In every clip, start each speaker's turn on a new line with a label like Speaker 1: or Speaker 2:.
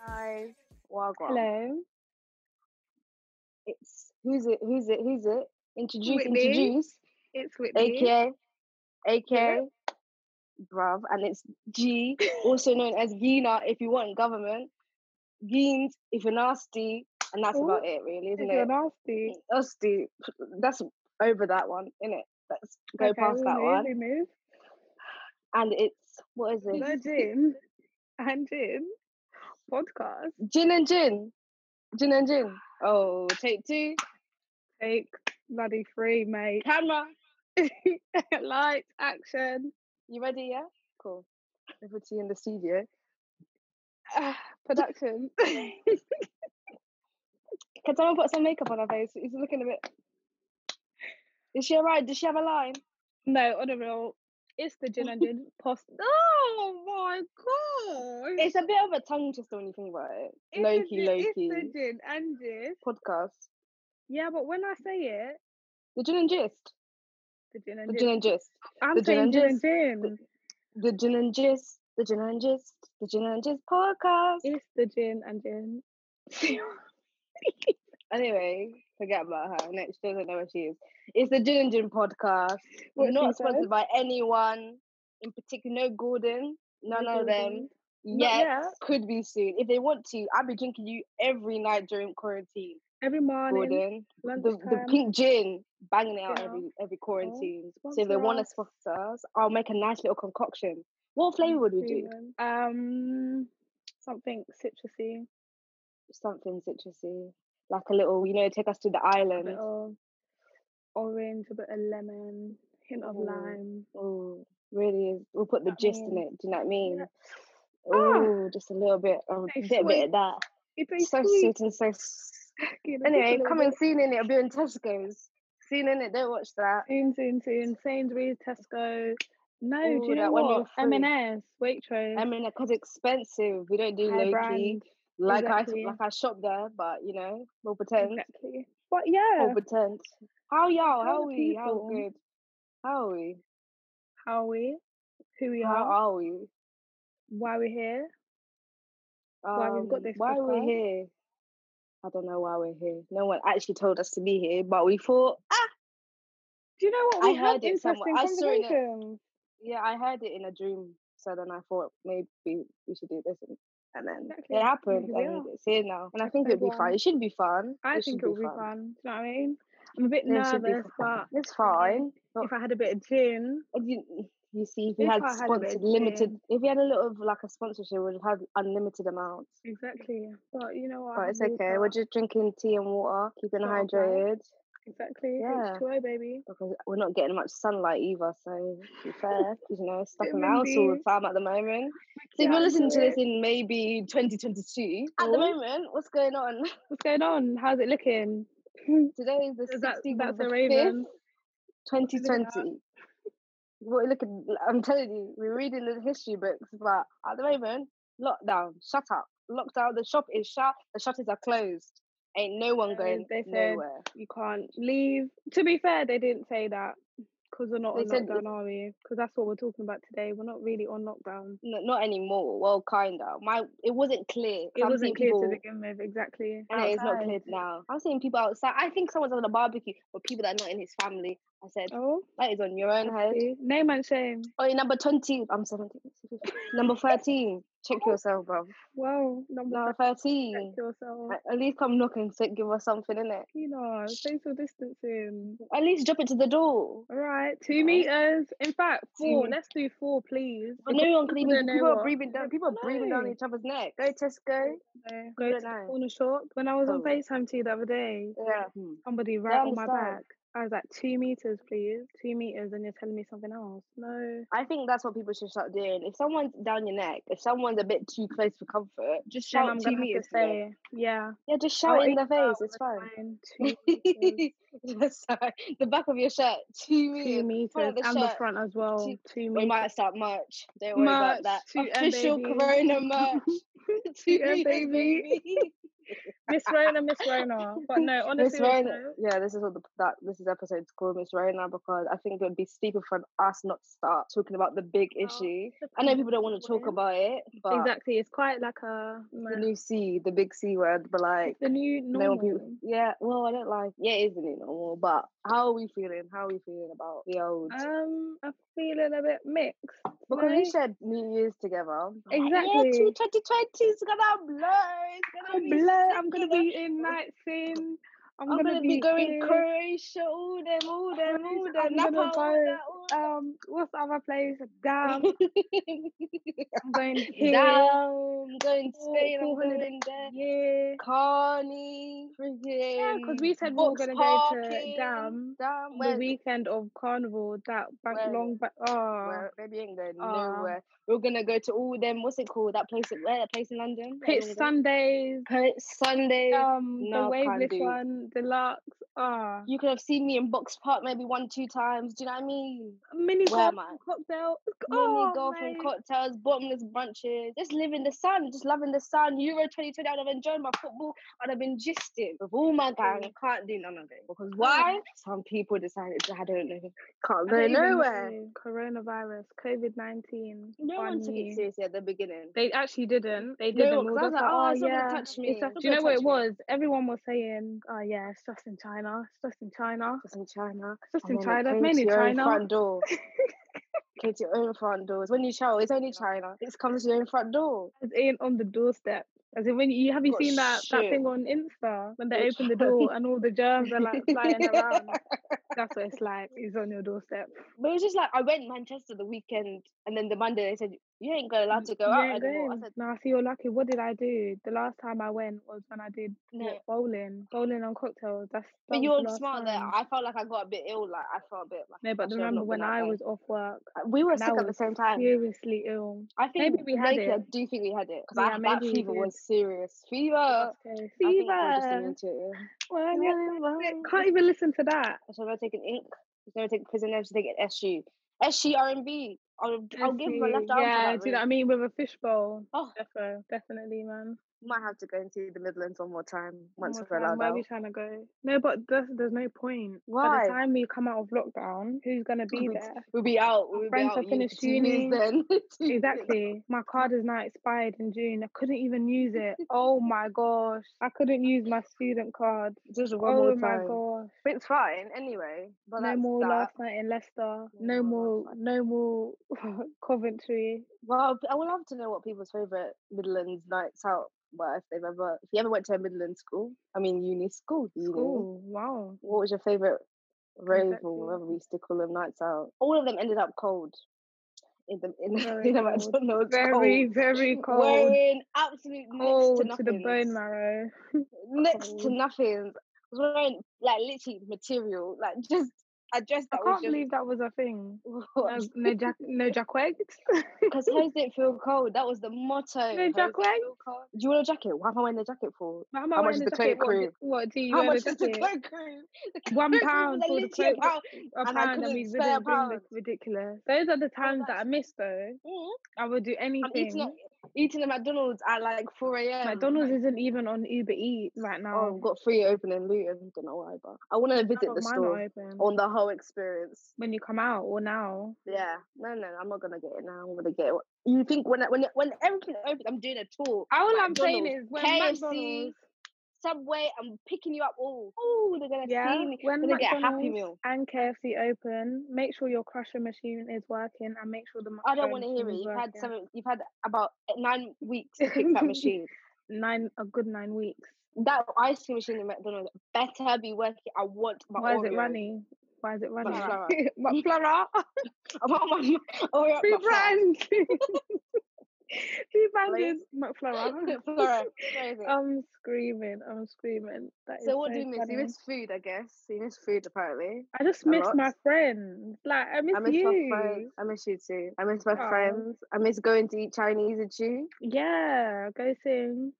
Speaker 1: Hello. Wagwan.
Speaker 2: Hello.
Speaker 1: It's who's it? Who's it? Who's it? Introduce,
Speaker 2: Whitney.
Speaker 1: introduce.
Speaker 2: It's Whitney.
Speaker 1: AKA,
Speaker 2: Yeah.
Speaker 1: AKA, bruv, and it's G, also known as Gina if you want government, Geens if you're nasty, and that's
Speaker 2: Ooh,
Speaker 1: about it, really,
Speaker 2: If
Speaker 1: isn't
Speaker 2: you're
Speaker 1: it?
Speaker 2: nasty.
Speaker 1: eh, Nasty. That's over that one, innit? Let's go
Speaker 2: Okay,
Speaker 1: past
Speaker 2: we
Speaker 1: that
Speaker 2: move,
Speaker 1: one.
Speaker 2: we move.
Speaker 1: And it's what is it?
Speaker 2: No gin and gin podcast.
Speaker 1: Gin and gin, gin and gin. Oh, take two.
Speaker 2: Take bloody free, mate.
Speaker 1: Camera,
Speaker 2: Lights, action.
Speaker 1: you ready? Yeah. Cool. Over to you in the studio.
Speaker 2: Ah, production.
Speaker 1: Can someone put some makeup on her face? She's looking a bit. Is she alright? Does she have a line?
Speaker 2: no, on a real. It's the gin and gin post. Oh my god!
Speaker 1: It's a bit of a tongue twister when you think about it. low key, low key
Speaker 2: It's the gin and gin.
Speaker 1: podcast.
Speaker 2: Yeah, but when I say it,
Speaker 1: The gin and gist.
Speaker 2: the gin and
Speaker 1: The
Speaker 2: gin.
Speaker 1: gin and gist.
Speaker 2: I'm
Speaker 1: the gin
Speaker 2: saying
Speaker 1: and
Speaker 2: gin and gin.
Speaker 1: The gin and gist. The gin and gist. The gin and gist podcast.
Speaker 2: It's the gin and gin.
Speaker 1: Anyway, forget about her. No, she doesn't know where she is. It's the Gin and Gin podcast. We're
Speaker 2: What
Speaker 1: not
Speaker 2: she said.
Speaker 1: sponsored by anyone in particular. No Gordon, none
Speaker 2: No
Speaker 1: of them.
Speaker 2: Gordon. Not
Speaker 1: Yet,
Speaker 2: yet.
Speaker 1: could be soon. If they want to, I'll be drinking you every night during quarantine.
Speaker 2: Every morning,
Speaker 1: Gordon, the, the
Speaker 2: lunchtime.
Speaker 1: pink gin, banging it out
Speaker 2: Yeah.
Speaker 1: every every quarantine. so if
Speaker 2: sponsor
Speaker 1: they want to
Speaker 2: us.
Speaker 1: sponsor us, I'll make a nice little concoction. What flavor would we do?
Speaker 2: Season. Um, something citrusy.
Speaker 1: Something citrusy, like a little, you know, take us to the
Speaker 2: A bit
Speaker 1: island.
Speaker 2: of orange, a bit of lemon, hint of
Speaker 1: Ooh.
Speaker 2: lime.
Speaker 1: Oh, really is. We'll put the
Speaker 2: That
Speaker 1: gist in
Speaker 2: means-
Speaker 1: it. Do you know what I mean?
Speaker 2: Yeah. Ah.
Speaker 1: Oh, just a little bit, a
Speaker 2: So
Speaker 1: bit, bit of that.
Speaker 2: It's a
Speaker 1: So
Speaker 2: sweet.
Speaker 1: sweet and so. s-
Speaker 2: you know,
Speaker 1: Anyway,
Speaker 2: just a little
Speaker 1: coming
Speaker 2: bit.
Speaker 1: soon in it. I'll be in Tesco's. Soon in it. Don't watch that.
Speaker 2: soon, soon, soon. Sainsbury's, Tesco. No, do
Speaker 1: Ooh,
Speaker 2: you know
Speaker 1: that one you're
Speaker 2: what?
Speaker 1: free.
Speaker 2: M&S, Waitrose,
Speaker 1: I mean, because expensive. We don't do
Speaker 2: High
Speaker 1: low key.
Speaker 2: brand.
Speaker 1: Like
Speaker 2: exactly.
Speaker 1: I like I shop there, but you know, we'll pretend.
Speaker 2: Exactly. But yeah,
Speaker 1: We'll pretend. How y'all?
Speaker 2: How
Speaker 1: How
Speaker 2: are
Speaker 1: we? How
Speaker 2: people?
Speaker 1: good? How are we?
Speaker 2: how are we? Who we
Speaker 1: How
Speaker 2: are?
Speaker 1: are we?
Speaker 2: Why we're here? Why we've got
Speaker 1: Um,
Speaker 2: this
Speaker 1: Why we're
Speaker 2: podcast.
Speaker 1: here? I don't know why we're here. No one actually told us to be here, but we thought, ah,
Speaker 2: Do you know what?
Speaker 1: I
Speaker 2: We had
Speaker 1: heard it somewhere.
Speaker 2: interesting
Speaker 1: I saw it in a-
Speaker 2: conversations.
Speaker 1: yeah, I heard it in a dream. So then I thought maybe we should do this, and, and then
Speaker 2: Exactly.
Speaker 1: it
Speaker 2: And
Speaker 1: happened,
Speaker 2: here we
Speaker 1: and
Speaker 2: are.
Speaker 1: it's here now. And I think
Speaker 2: so
Speaker 1: it'll be fun.
Speaker 2: fun.
Speaker 1: It should be fun.
Speaker 2: I think
Speaker 1: should
Speaker 2: it will be fun. Do you know what I mean? I'm a bit
Speaker 1: Yeah, it should be
Speaker 2: nervous, but
Speaker 1: It's fine. But
Speaker 2: if I had a bit of gin,
Speaker 1: you, you see, if we
Speaker 2: If
Speaker 1: had
Speaker 2: I had a bit
Speaker 1: sponsored
Speaker 2: of
Speaker 1: limited,
Speaker 2: gin.
Speaker 1: if we had a little of like a sponsorship, we'd have unlimited amounts.
Speaker 2: exactly. But you know what? I
Speaker 1: But
Speaker 2: have
Speaker 1: it's okay.
Speaker 2: water.
Speaker 1: We're just drinking tea and water, keeping
Speaker 2: Water, right?
Speaker 1: hydrated.
Speaker 2: exactly
Speaker 1: Yeah.
Speaker 2: H2O, baby.
Speaker 1: because we're not getting much sunlight either. So to be fair, you know, stuck in the
Speaker 2: Vitamin
Speaker 1: house all the
Speaker 2: D.
Speaker 1: time at the moment. So if
Speaker 2: Yeah,
Speaker 1: you're listening to
Speaker 2: enjoy
Speaker 1: this in maybe 2022, at
Speaker 2: Oh.
Speaker 1: the moment, what's going on?
Speaker 2: What's going on? How's it looking?
Speaker 1: Today is the
Speaker 2: Is that,
Speaker 1: 16th
Speaker 2: that's
Speaker 1: of the
Speaker 2: a
Speaker 1: 5th,
Speaker 2: raven.
Speaker 1: 2020. Well, look, at- I'm telling you, we're reading the history books, but at the moment, lockdown, shut up, lockdown. The shop is shut. The shutters are closed. Ain't no one
Speaker 2: Yeah,
Speaker 1: going
Speaker 2: they said
Speaker 1: nowhere.
Speaker 2: You can't leave. To be fair, they didn't say that because we're not
Speaker 1: They
Speaker 2: on
Speaker 1: said-
Speaker 2: lockdown, are we? Because that's what we're talking about today. We're not really on lockdown.
Speaker 1: No, not anymore. Well, kinda. My it wasn't clear.
Speaker 2: It
Speaker 1: Some
Speaker 2: wasn't clear
Speaker 1: people-
Speaker 2: to begin with, exactly.
Speaker 1: I know it's not
Speaker 2: Outside.
Speaker 1: clear now. I'm seeing people outside. I think someone's having a barbecue, but people that are not in his family. I said,
Speaker 2: Oh,
Speaker 1: that is on your own head.
Speaker 2: see? name and shame.
Speaker 1: Oh, you're number 20. I'm 17. number 13. Check
Speaker 2: Oh.
Speaker 1: yourself, bro.
Speaker 2: Wow, number
Speaker 1: Number
Speaker 2: seven,
Speaker 1: 13.
Speaker 2: check yourself.
Speaker 1: At- At least come knock and say, give us something, innit?
Speaker 2: You know, social distancing.
Speaker 1: At least drop it to the door.
Speaker 2: All right,
Speaker 1: Right.
Speaker 2: two meters. In fact, four.
Speaker 1: me-
Speaker 2: Let's do four, please.
Speaker 1: But no one can
Speaker 2: people
Speaker 1: even,
Speaker 2: don't know
Speaker 1: people are
Speaker 2: what-
Speaker 1: breathing down, people are breathing down
Speaker 2: know.
Speaker 1: each other's neck. Go Tesco.
Speaker 2: No, Go to
Speaker 1: don't
Speaker 2: the
Speaker 1: know.
Speaker 2: corner shop. When I was on
Speaker 1: Oh.
Speaker 2: FaceTime to you the other day,
Speaker 1: Yeah.
Speaker 2: somebody right on my
Speaker 1: understand.
Speaker 2: back. I was like, two meters, please. Two meters, and you're telling me something else. No.
Speaker 1: I think that's what people should start doing. If someone's down your neck, if someone's a bit too close for comfort, just
Speaker 2: Then
Speaker 1: shout
Speaker 2: I'm
Speaker 1: two
Speaker 2: going to have
Speaker 1: meters
Speaker 2: to
Speaker 1: to them.
Speaker 2: say, yeah.
Speaker 1: Yeah, just
Speaker 2: I'll
Speaker 1: shout it in
Speaker 2: eat
Speaker 1: their
Speaker 2: out
Speaker 1: face. It's
Speaker 2: on
Speaker 1: fine.
Speaker 2: the Two meters.
Speaker 1: That's right. The back of your shirt, two
Speaker 2: Two
Speaker 1: meters.
Speaker 2: meters
Speaker 1: the
Speaker 2: and the
Speaker 1: shirt. Oh
Speaker 2: front as well.
Speaker 1: Two-
Speaker 2: Two
Speaker 1: We
Speaker 2: meters.
Speaker 1: might start merch. Don't worry about
Speaker 2: Merch,
Speaker 1: that.
Speaker 2: two M,
Speaker 1: Official
Speaker 2: baby.
Speaker 1: Corona merch.
Speaker 2: Two M, baby. Miss Rona, Miss Rona. But no, honestly,
Speaker 1: Miss Rona, yeah, this is all the, that this is episode's called Miss Rona because I think it would be stupid for us not to start talking about the big
Speaker 2: Well,
Speaker 1: issue.
Speaker 2: Oh, the
Speaker 1: I know
Speaker 2: problem
Speaker 1: people don't want to talk
Speaker 2: with-
Speaker 1: about it, but
Speaker 2: exactly. It's quite like a
Speaker 1: the new C, the big C word, but like
Speaker 2: the new
Speaker 1: no
Speaker 2: normal.
Speaker 1: one people, yeah. Well, I don't like yeah, it isn't it normal? But how are we feeling? How are we feeling about the old?
Speaker 2: um, I'm feeling a bit mixed.
Speaker 1: because we
Speaker 2: like-
Speaker 1: shared New Year's together.
Speaker 2: Exactly.
Speaker 1: Twenty twenty is gonna blow. It's gonna
Speaker 2: I'm
Speaker 1: be
Speaker 2: blessed.
Speaker 1: sick,
Speaker 2: I'm
Speaker 1: you
Speaker 2: gonna
Speaker 1: know.
Speaker 2: be in night scene. I'm,
Speaker 1: I'm, gonna, be, going
Speaker 2: in-
Speaker 1: Croatia, all them, all them, all
Speaker 2: Croatia,
Speaker 1: them.
Speaker 2: I'm
Speaker 1: Napa,
Speaker 2: gonna
Speaker 1: all
Speaker 2: go,
Speaker 1: that, all that.
Speaker 2: Um, what's the other place? Damn, I'm going here.
Speaker 1: Down, going to
Speaker 2: Four-
Speaker 1: Spain, I'm
Speaker 2: four hundred-
Speaker 1: going there.
Speaker 2: Yeah.
Speaker 1: Carney, freaking.
Speaker 2: Yeah, because we said we were
Speaker 1: Vaux
Speaker 2: gonna go to
Speaker 1: Parking,
Speaker 2: Dam
Speaker 1: Damn,
Speaker 2: on the
Speaker 1: where,
Speaker 2: weekend of Carnival. That back
Speaker 1: Where-
Speaker 2: long back. Oh,
Speaker 1: where, maybe ain't going
Speaker 2: Ah.
Speaker 1: nowhere. We're gonna go to all them. What's it called? That place, in- where that place in London?
Speaker 2: Pitch Sundays.
Speaker 1: Pit Sunday.
Speaker 2: Um,
Speaker 1: no,
Speaker 2: the
Speaker 1: can't
Speaker 2: Waveless
Speaker 1: do.
Speaker 2: one, the Lux. Ah,
Speaker 1: You could have seen me in Box Park maybe one, two times. Do you know what I mean?
Speaker 2: mini
Speaker 1: Where
Speaker 2: golf
Speaker 1: am I?
Speaker 2: and cocktail.
Speaker 1: Mini
Speaker 2: Oh,
Speaker 1: golf and
Speaker 2: mate.
Speaker 1: cocktails, bottomless brunches, just living the sun, just loving the sun. Euro 2020, I'd have enjoyed my football, I'd have been gisting with all my
Speaker 2: Mm.
Speaker 1: gang. Can't do none of it. Because why? Some people decided, I don't know, can't go
Speaker 2: I don't even
Speaker 1: nowhere.
Speaker 2: know. Coronavirus, COVID 19.
Speaker 1: No one took it seriously at the beginning.
Speaker 2: They actually didn't. They
Speaker 1: No,
Speaker 2: didn't.
Speaker 1: 'cause
Speaker 2: We were
Speaker 1: I was
Speaker 2: just
Speaker 1: like, "Oh, it's not gonna
Speaker 2: yeah,
Speaker 1: touch me. It's
Speaker 2: it's just-
Speaker 1: not
Speaker 2: do you know
Speaker 1: gonna
Speaker 2: what it
Speaker 1: touch me."
Speaker 2: was? Everyone was saying, oh, yeah, it's just in China. It's just in China.
Speaker 1: Just in China.
Speaker 2: It's just
Speaker 1: and
Speaker 2: in
Speaker 1: then it
Speaker 2: China.
Speaker 1: came
Speaker 2: It's mainly
Speaker 1: to your own
Speaker 2: China.
Speaker 1: front door. came to your own front doors. When you travel, it's only China. It comes to your own front door.
Speaker 2: It's in on the doorstep. As in, when you have you
Speaker 1: Got
Speaker 2: seen that, that
Speaker 1: shit.
Speaker 2: thing on Insta when they
Speaker 1: Which
Speaker 2: open the door and all the germs are like flying around? That's what it's like. It's on your doorstep.
Speaker 1: But it was just like I went Manchester the weekend, and then the Monday they said you ain't going allowed to go
Speaker 2: You
Speaker 1: out
Speaker 2: ain't
Speaker 1: anymore.
Speaker 2: going.
Speaker 1: I said
Speaker 2: no, I see you're lucky. What did I do? The last time I went was when I did
Speaker 1: no.
Speaker 2: what, bowling, bowling on cocktails. That's that
Speaker 1: But
Speaker 2: was
Speaker 1: you're
Speaker 2: the last
Speaker 1: smart there.
Speaker 2: time.
Speaker 1: I felt like I got a bit ill. Like I felt a bit. Like,
Speaker 2: No, but
Speaker 1: should have
Speaker 2: remember
Speaker 1: not
Speaker 2: when
Speaker 1: been out
Speaker 2: I
Speaker 1: there.
Speaker 2: was off work,
Speaker 1: we were
Speaker 2: and
Speaker 1: sick
Speaker 2: I
Speaker 1: at the
Speaker 2: was
Speaker 1: same time.
Speaker 2: seriously ill.
Speaker 1: I think
Speaker 2: maybe we had
Speaker 1: lately I
Speaker 2: it.
Speaker 1: do think we had it because
Speaker 2: Yeah,
Speaker 1: I that
Speaker 2: maybe we
Speaker 1: fever
Speaker 2: did.
Speaker 1: was serious. Fever.
Speaker 2: Okay.
Speaker 1: I think I was just
Speaker 2: Fever.
Speaker 1: immune to it. yeah.
Speaker 2: Well, yeah, yeah.
Speaker 1: Fever.
Speaker 2: Can't even listen to that.
Speaker 1: I should never take an ink. I should never take prison. I should take an SU. SU R&B. I'll, I'll give my left
Speaker 2: Actually,
Speaker 1: arm
Speaker 2: Yeah,
Speaker 1: to that.
Speaker 2: do you know what
Speaker 1: room.
Speaker 2: I mean? With a fishbowl.
Speaker 1: Oh,
Speaker 2: Defo, definitely, man.
Speaker 1: might have to go into the Midlands one more time
Speaker 2: One
Speaker 1: once
Speaker 2: more
Speaker 1: we're
Speaker 2: time,
Speaker 1: allowed
Speaker 2: Where are
Speaker 1: out.
Speaker 2: we trying to go? No, but there's, there's no point. By
Speaker 1: Why?
Speaker 2: the time we come out of lockdown, who's gonna be
Speaker 1: We'll be-
Speaker 2: there?
Speaker 1: We'll be out. We'll be
Speaker 2: friends
Speaker 1: out.
Speaker 2: have
Speaker 1: you-
Speaker 2: finished
Speaker 1: two years
Speaker 2: uni.
Speaker 1: then. Two years.
Speaker 2: Exactly. My card is now expired in June. I couldn't even use it. Oh my gosh. I couldn't use my student card.
Speaker 1: Just one
Speaker 2: Oh
Speaker 1: more
Speaker 2: my
Speaker 1: time.
Speaker 2: gosh.
Speaker 1: But it's fine anyway. But
Speaker 2: no
Speaker 1: that's
Speaker 2: more
Speaker 1: that.
Speaker 2: last night in Leicester.
Speaker 1: more
Speaker 2: No more,
Speaker 1: last
Speaker 2: no more Coventry.
Speaker 1: Well, I would love to know what people's favorite Midlands nights out were if they've ever, if you ever went to a Midlands school. I mean, uni school. Uni.
Speaker 2: School. Wow.
Speaker 1: What was your favorite rave
Speaker 2: Exactly.
Speaker 1: or whatever we used to call them nights out? All of them ended up cold. In the in, the
Speaker 2: Very
Speaker 1: in the
Speaker 2: cold.
Speaker 1: McDonald's.
Speaker 2: Very,
Speaker 1: cold.
Speaker 2: very cold.
Speaker 1: Wearing absolute
Speaker 2: Cold
Speaker 1: next
Speaker 2: to
Speaker 1: to,
Speaker 2: the bone
Speaker 1: nothings.
Speaker 2: marrow.
Speaker 1: next to
Speaker 2: cold.
Speaker 1: nothing. I was wearing like literally material, like just a dress
Speaker 2: I
Speaker 1: that was
Speaker 2: can't
Speaker 1: just
Speaker 2: believe that was a thing. No,
Speaker 1: because
Speaker 2: no jack, no jackwags.
Speaker 1: hoes didn't feel cold. That was the motto.
Speaker 2: no
Speaker 1: hoes didn't
Speaker 2: jackwags.
Speaker 1: feel cold. Do you want a jacket? Why am I wearing the jacket for?
Speaker 2: But How am I
Speaker 1: How much
Speaker 2: wearing
Speaker 1: is
Speaker 2: the
Speaker 1: the
Speaker 2: jacket?
Speaker 1: cloak
Speaker 2: What,
Speaker 1: crew?
Speaker 2: di- what do you
Speaker 1: How
Speaker 2: wear
Speaker 1: much
Speaker 2: the
Speaker 1: is the
Speaker 2: jacket?
Speaker 1: cloak crew? The
Speaker 2: One
Speaker 1: cloak crew
Speaker 2: pound
Speaker 1: was
Speaker 2: for the
Speaker 1: literally a
Speaker 2: cloak-
Speaker 1: pound.
Speaker 2: A
Speaker 1: and I
Speaker 2: pound and
Speaker 1: couldn't
Speaker 2: we
Speaker 1: spare a
Speaker 2: didn't bring
Speaker 1: pound.
Speaker 2: this ridiculous. Those are the times that I
Speaker 1: that's-
Speaker 2: miss though.
Speaker 1: Mm.
Speaker 2: I would do
Speaker 1: I'm eating
Speaker 2: anything.
Speaker 1: at, eating at McDonald's at like 4 a.m.
Speaker 2: McDonald's isn't even on Uber Eats right
Speaker 1: um, Oh,
Speaker 2: now.
Speaker 1: I've got free opening Luton. Don't know why, but I want to visit
Speaker 2: Oh,
Speaker 1: the
Speaker 2: mine
Speaker 1: store
Speaker 2: are open.
Speaker 1: on the whole experience.
Speaker 2: When you come out or now.
Speaker 1: Yeah, no, no, I'm not gonna get it now. I'm gonna get it. You think when I- when when everything opens, I'm doing a tour.
Speaker 2: All I'm saying
Speaker 1: McDonald's,
Speaker 2: is when
Speaker 1: KFC,
Speaker 2: McDonald's,
Speaker 1: Subway, I'm picking you up all. Oh, they're gonna
Speaker 2: yeah,
Speaker 1: see me.
Speaker 2: when
Speaker 1: They're gonna get a happy
Speaker 2: McDonald's
Speaker 1: meal.
Speaker 2: and KFC open, make sure your crusher machine is working and make sure the
Speaker 1: I don't
Speaker 2: microwave
Speaker 1: want to
Speaker 2: machine
Speaker 1: hear it.
Speaker 2: is
Speaker 1: You've had
Speaker 2: working.
Speaker 1: seven. You've had about nine weeks to pick that machine.
Speaker 2: nine a good nine weeks.
Speaker 1: That ice cream machine in McDonald's better be working. I want my
Speaker 2: Why is
Speaker 1: Oreo.
Speaker 2: it runny? Why is it runny?
Speaker 1: McFlurry.
Speaker 2: McFlurry.
Speaker 1: I want my Oreo.
Speaker 2: Free
Speaker 1: McFlurry.
Speaker 2: brand. Free brand
Speaker 1: Please.
Speaker 2: is McFlurry.
Speaker 1: Sorry, where is it?
Speaker 2: I'm screaming. I'm screaming. That is
Speaker 1: so what do you miss?
Speaker 2: funny.
Speaker 1: You miss food, I guess. You miss food, apparently.
Speaker 2: I just
Speaker 1: a
Speaker 2: miss
Speaker 1: lot?
Speaker 2: my friends. Like I miss,
Speaker 1: I miss
Speaker 2: you.
Speaker 1: my friends. I miss you too. I miss my
Speaker 2: Aw.
Speaker 1: friends. I miss going to eat Chinese and you.
Speaker 2: Yeah, go sing.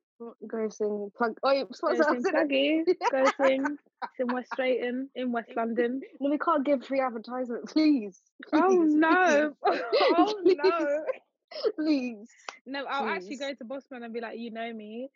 Speaker 1: Go sing plug. Oh, yeah,
Speaker 2: Go
Speaker 1: sponsor
Speaker 2: sing
Speaker 1: us.
Speaker 2: Pluggy. Go sing. It's in West Drayton, in West London.
Speaker 1: No, we can't give free advertisement, please.
Speaker 2: Oh
Speaker 1: Please,
Speaker 2: no!
Speaker 1: please,
Speaker 2: oh
Speaker 1: please,
Speaker 2: no!
Speaker 1: Please.
Speaker 2: No, I'll
Speaker 1: Please.
Speaker 2: actually go to Bossman and be like, you know me.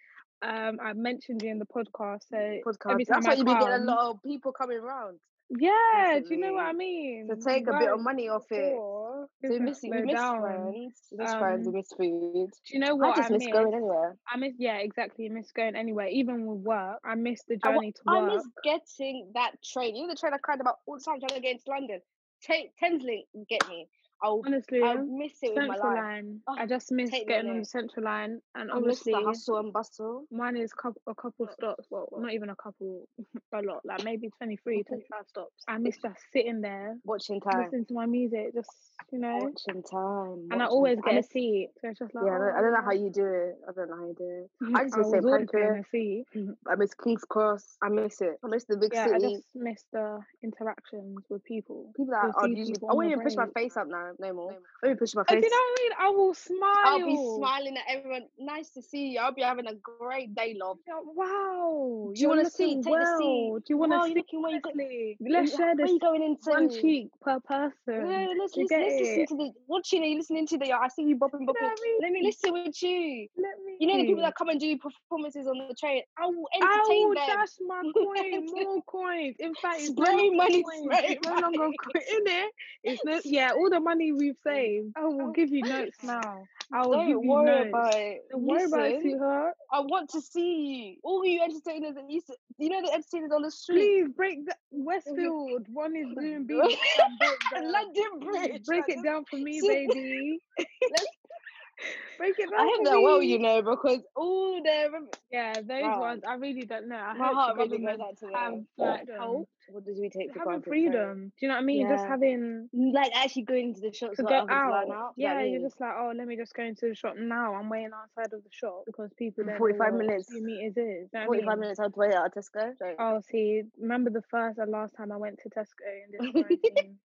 Speaker 2: um, I mentioned you in the podcast. So
Speaker 1: podcast.
Speaker 2: every time
Speaker 1: That's why
Speaker 2: I
Speaker 1: you be getting a
Speaker 2: come-
Speaker 1: lot of people coming round
Speaker 2: yeah, do you know what I
Speaker 1: Definitely.
Speaker 2: mean?
Speaker 1: to take a bit of money off it.
Speaker 2: Before,
Speaker 1: So we
Speaker 2: business
Speaker 1: miss, we
Speaker 2: slowed
Speaker 1: miss
Speaker 2: down.
Speaker 1: friends, we miss friends, we
Speaker 2: Um,
Speaker 1: miss food.
Speaker 2: Do you know
Speaker 1: I
Speaker 2: what
Speaker 1: just
Speaker 2: I
Speaker 1: miss
Speaker 2: miss?
Speaker 1: going anywhere.
Speaker 2: I miss yeah, exactly. I miss going anywhere, even with work. I miss the
Speaker 1: I wa-
Speaker 2: journey to
Speaker 1: I
Speaker 2: work.
Speaker 1: miss getting that train. You know the train I cried about all the time trying to get into London. Take Thameslink, get me. I'll
Speaker 2: Honestly,
Speaker 1: I miss it with my
Speaker 2: Central
Speaker 1: life.
Speaker 2: Line.
Speaker 1: Oh,
Speaker 2: I just miss
Speaker 1: take me
Speaker 2: getting on
Speaker 1: there.
Speaker 2: the Central Line, and
Speaker 1: I miss
Speaker 2: obviously
Speaker 1: the hustle and bustle.
Speaker 2: mine is coup a couple stops. Well, not even a couple, a lot. Like maybe 23, 25 stops. I miss just sitting there,
Speaker 1: Watching time.
Speaker 2: listening to my music, just you know.
Speaker 1: Watching time.
Speaker 2: and I
Speaker 1: watching
Speaker 2: always
Speaker 1: time.
Speaker 2: get a
Speaker 1: miss-
Speaker 2: seat, so it's just like
Speaker 1: Yeah, I don't, I don't know
Speaker 2: oh.
Speaker 1: how you do it. I don't know how you do it. I just
Speaker 2: I
Speaker 1: miss St
Speaker 2: was always
Speaker 1: Pancras.
Speaker 2: getting a seat.
Speaker 1: I miss King's Cross. I miss it. I miss the big
Speaker 2: Mm-hmm. Yeah, I
Speaker 1: city.
Speaker 2: just miss the interactions with people.
Speaker 1: People that
Speaker 2: You'll
Speaker 1: are
Speaker 2: see
Speaker 1: usually.
Speaker 2: people
Speaker 1: I
Speaker 2: on
Speaker 1: won't
Speaker 2: the
Speaker 1: even push my
Speaker 2: road.
Speaker 1: face up now. No more. I won't even push my
Speaker 2: Oh, do
Speaker 1: face.
Speaker 2: you know what I mean? I will smile.
Speaker 1: I'll be smiling at everyone. Nice to see you. I'll be having a great day, love.
Speaker 2: Yeah, Wow,
Speaker 1: Do you
Speaker 2: want
Speaker 1: wanna
Speaker 2: to
Speaker 1: see? Take the
Speaker 2: well.
Speaker 1: seat.
Speaker 2: Do you want to
Speaker 1: Wow,
Speaker 2: see?
Speaker 1: you're looking where you got-
Speaker 2: Honestly,
Speaker 1: Are
Speaker 2: let's
Speaker 1: you-
Speaker 2: share
Speaker 1: Where
Speaker 2: this
Speaker 1: you going into?
Speaker 2: one cheek per person.
Speaker 1: No, let's,
Speaker 2: Do you
Speaker 1: let's,
Speaker 2: get
Speaker 1: let's listen
Speaker 2: it?
Speaker 1: to the what tune are you listening to? That I see you bopping,
Speaker 2: You know
Speaker 1: bopping.
Speaker 2: what I mean?
Speaker 1: Let me listen with you.
Speaker 2: Let me.
Speaker 1: You know the people that come and do performances on the train. I will
Speaker 2: I
Speaker 1: entertain
Speaker 2: will
Speaker 1: them.
Speaker 2: dash my coin, more coins. In fact, it's no
Speaker 1: Spray
Speaker 2: longer
Speaker 1: money,
Speaker 2: coins.
Speaker 1: spray
Speaker 2: it's no longer
Speaker 1: money.
Speaker 2: coin in it. It's no, yeah, all the money we've saved. I will
Speaker 1: Oh.
Speaker 2: give you notes now. I will
Speaker 1: Don't
Speaker 2: give you
Speaker 1: worry
Speaker 2: notes.
Speaker 1: about it.
Speaker 2: Don't worry about it,
Speaker 1: Listen.
Speaker 2: sweetheart.
Speaker 1: I want to see you. All you entertainers and you, s- you know the entertainers on the street.
Speaker 2: Please break the Westfield. One is doing big. and break
Speaker 1: And
Speaker 2: the-
Speaker 1: London Bridge.
Speaker 2: uh, Break
Speaker 1: like,
Speaker 2: it down for me,
Speaker 1: see-
Speaker 2: baby.
Speaker 1: let's-
Speaker 2: Break it down
Speaker 1: I hope
Speaker 2: for
Speaker 1: they're
Speaker 2: me.
Speaker 1: well, you know, because all the rem-
Speaker 2: Yeah, those
Speaker 1: Wow.
Speaker 2: ones. I really don't know. I
Speaker 1: my
Speaker 2: hope
Speaker 1: heart
Speaker 2: the
Speaker 1: really goes
Speaker 2: government
Speaker 1: out to
Speaker 2: have
Speaker 1: them.
Speaker 2: like
Speaker 1: Freedom.
Speaker 2: help.
Speaker 1: What did we take for
Speaker 2: Having
Speaker 1: granted?
Speaker 2: freedom. Do you know what I mean? Just
Speaker 1: Yeah.
Speaker 2: having
Speaker 1: Like actually going to the shops
Speaker 2: to
Speaker 1: where
Speaker 2: go
Speaker 1: others
Speaker 2: out.
Speaker 1: line out.
Speaker 2: Yeah,
Speaker 1: like mm,
Speaker 2: you're
Speaker 1: me.
Speaker 2: just like, oh, let me just go into the shop now. I'm waiting outside of the shop because people don't know
Speaker 1: 45
Speaker 2: what
Speaker 1: minutes.
Speaker 2: two meters is. You know what I
Speaker 1: 45
Speaker 2: mean?
Speaker 1: minutes, I'll wait at Tesco. Like,
Speaker 2: Oh, see, remember the first and last time I went to Tesco in this quarantine?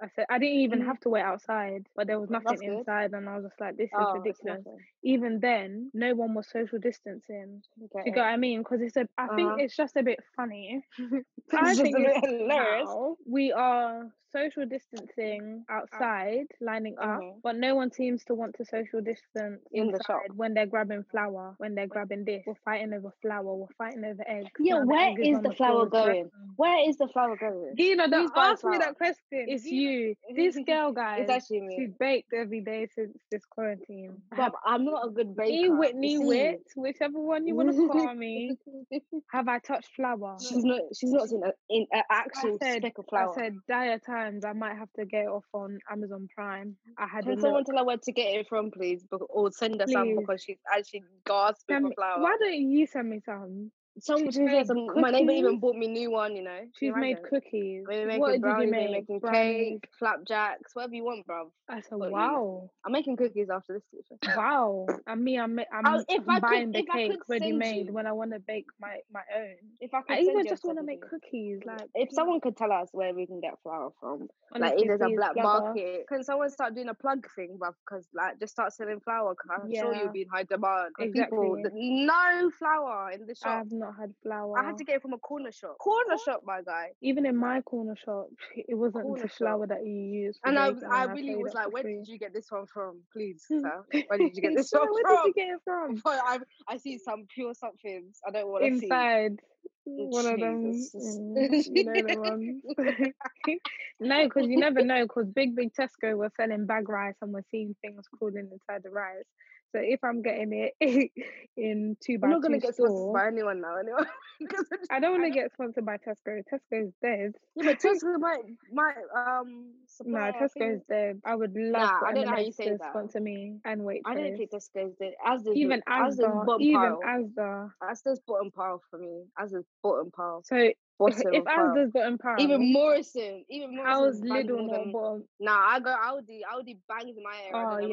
Speaker 2: I said I didn't even
Speaker 1: Mm.
Speaker 2: have to wait outside, but there was
Speaker 1: That's
Speaker 2: nothing
Speaker 1: good.
Speaker 2: inside, and I was just like, this is
Speaker 1: oh, it's
Speaker 2: ridiculous.
Speaker 1: nothing.
Speaker 2: Even then, no one was social distancing.
Speaker 1: Okay.
Speaker 2: Do you get what I mean? Because it's a, I think
Speaker 1: Uh-huh.
Speaker 2: it's just a bit funny.
Speaker 1: This
Speaker 2: I
Speaker 1: is just
Speaker 2: think
Speaker 1: a
Speaker 2: it's
Speaker 1: bit hilarious.
Speaker 2: now we are social distancing outside, lining up,
Speaker 1: Mhm.
Speaker 2: but no one seems to want to social distance
Speaker 1: In the shop.
Speaker 2: inside when they're grabbing flour, when they're grabbing this. We're fighting over flour, we're fighting over eggs.
Speaker 1: Yeah,
Speaker 2: now the
Speaker 1: where
Speaker 2: egg
Speaker 1: is
Speaker 2: on
Speaker 1: the flour
Speaker 2: floor, it's
Speaker 1: going?
Speaker 2: broken.
Speaker 1: Where is the flour going?
Speaker 2: Gina,
Speaker 1: Who's
Speaker 2: don't
Speaker 1: buying
Speaker 2: ask me
Speaker 1: flour?
Speaker 2: that question. It's you. This girl, guys.
Speaker 1: It's actually me.
Speaker 2: She's baked every day since this quarantine. I
Speaker 1: Bob,
Speaker 2: have
Speaker 1: I'm not a good baker.
Speaker 2: E.
Speaker 1: you
Speaker 2: Whitney
Speaker 1: see.
Speaker 2: Wit, whichever one you want to call me. Have I touched flour?
Speaker 1: she's not. She's not seen a, in an
Speaker 2: I
Speaker 1: actual
Speaker 2: said,
Speaker 1: speck of
Speaker 2: I
Speaker 1: flour.
Speaker 2: said, dire times. I might have to get it off on Amazon Prime. I had a
Speaker 1: Can someone
Speaker 2: look.
Speaker 1: tell her where to get it from, please? Bec- Or send her some
Speaker 2: Please.
Speaker 1: because she's actually gasping
Speaker 2: Send
Speaker 1: for
Speaker 2: me-
Speaker 1: flour.
Speaker 2: why don't you send me some?
Speaker 1: Someone
Speaker 2: she's
Speaker 1: to
Speaker 2: made
Speaker 1: some, my neighbor even
Speaker 2: cookies.
Speaker 1: bought me a new one. You know, Can you
Speaker 2: She's made
Speaker 1: imagine?
Speaker 2: cookies.
Speaker 1: We're
Speaker 2: What
Speaker 1: making
Speaker 2: did you
Speaker 1: brownies. We're
Speaker 2: make?
Speaker 1: making
Speaker 2: Brownies.
Speaker 1: cake, flapjacks, whatever you want, bruv.
Speaker 2: I said,
Speaker 1: Got you.
Speaker 2: wow,
Speaker 1: I'm making cookies after this. teacher.
Speaker 2: wow. And me, I'm, ma- I'm,
Speaker 1: Oh, if I
Speaker 2: I'm
Speaker 1: could-
Speaker 2: buying the
Speaker 1: if I could
Speaker 2: cake ready
Speaker 1: send
Speaker 2: made
Speaker 1: you-
Speaker 2: when I want to bake my my own.
Speaker 1: If I could
Speaker 2: I
Speaker 1: send
Speaker 2: even
Speaker 1: you a
Speaker 2: just want to make
Speaker 1: recipe.
Speaker 2: cookies. Like
Speaker 1: If someone could tell us where we can get flour from, like
Speaker 2: honestly,
Speaker 1: if there's a
Speaker 2: please,
Speaker 1: black
Speaker 2: plug us.
Speaker 1: market, can someone start doing a plug thing, bruv? Because like just start selling flour. Cause I'm sure
Speaker 2: Yeah.
Speaker 1: you'll be in high demand. 'Cause People,
Speaker 2: Exactly.
Speaker 1: th- no flour in the
Speaker 2: I
Speaker 1: shop.
Speaker 2: have not had flour.
Speaker 1: I had to get it from a corner shop. Corner shop, my guy.
Speaker 2: even in my corner shop, it wasn't
Speaker 1: Corner
Speaker 2: the
Speaker 1: shop.
Speaker 2: flour that you use. For
Speaker 1: And I, was-
Speaker 2: baking,
Speaker 1: I
Speaker 2: and
Speaker 1: really
Speaker 2: paid
Speaker 1: was
Speaker 2: it
Speaker 1: like,
Speaker 2: for
Speaker 1: where
Speaker 2: free.
Speaker 1: did you get this one from, please, sir? Where did you get this
Speaker 2: Sir,
Speaker 1: one
Speaker 2: Where did
Speaker 1: from?
Speaker 2: you get it from?
Speaker 1: But I, I see some pure somethings. I don't want to see.
Speaker 2: Inside.
Speaker 1: Mm,
Speaker 2: One of them,
Speaker 1: Jesus.
Speaker 2: mm, you know the ones. no, because you never know. Because big, big Tesco were selling bag rice, and we're seeing things crawling inside the rice. So if I'm getting it in two by
Speaker 1: I'm not gonna
Speaker 2: two
Speaker 1: get sponsored
Speaker 2: store,
Speaker 1: by anyone now, anyway. Because I'm just-
Speaker 2: I don't want
Speaker 1: I
Speaker 2: to get sponsored by Tesco. Tesco's dead.
Speaker 1: Yeah, but Tesco might might um
Speaker 2: No,
Speaker 1: supply. I,
Speaker 2: Tesco's
Speaker 1: think,
Speaker 2: dead. I would love
Speaker 1: Nah,
Speaker 2: for
Speaker 1: I don't know how
Speaker 2: M&S
Speaker 1: you say
Speaker 2: to
Speaker 1: that.
Speaker 2: sponsor me and Waitrose.
Speaker 1: I don't think Tesco's did. As does
Speaker 2: even
Speaker 1: as does
Speaker 2: Asda,
Speaker 1: bottom
Speaker 2: even
Speaker 1: pile.
Speaker 2: Asda.
Speaker 1: As does bottom pile for me. As does bottom pile.
Speaker 2: So if,
Speaker 1: Bottom
Speaker 2: if
Speaker 1: pile.
Speaker 2: Asda's got empowered,
Speaker 1: Even Morrison. Even
Speaker 2: how's
Speaker 1: Morrison's banned
Speaker 2: Lidl
Speaker 1: more
Speaker 2: not
Speaker 1: than.
Speaker 2: bottom?
Speaker 1: Nah, I go Aldi. Aldi bangs in my area. I
Speaker 2: Oh
Speaker 1: don't know about
Speaker 2: yeah,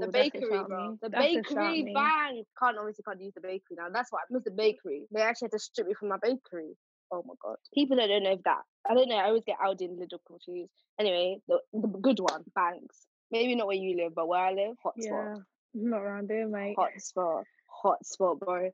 Speaker 1: you, bruv.
Speaker 2: cool.
Speaker 1: The
Speaker 2: That's a
Speaker 1: bakery,
Speaker 2: shout
Speaker 1: bro.
Speaker 2: me.
Speaker 1: The
Speaker 2: That's a shout
Speaker 1: bakery
Speaker 2: me.
Speaker 1: bangs. Can't obviously can't use the bakery now. That's why I miss the bakery. They actually had to strip me from my bakery. Oh my god. People that don't know if that. I don't know. I always get Aldi and Lidl confused. Anyway, the, the good one bangs. Maybe not where you live, but where I live, hot spot.
Speaker 2: Yeah, not around there, mate. Oh,
Speaker 1: Hot spot. hotspot, bro.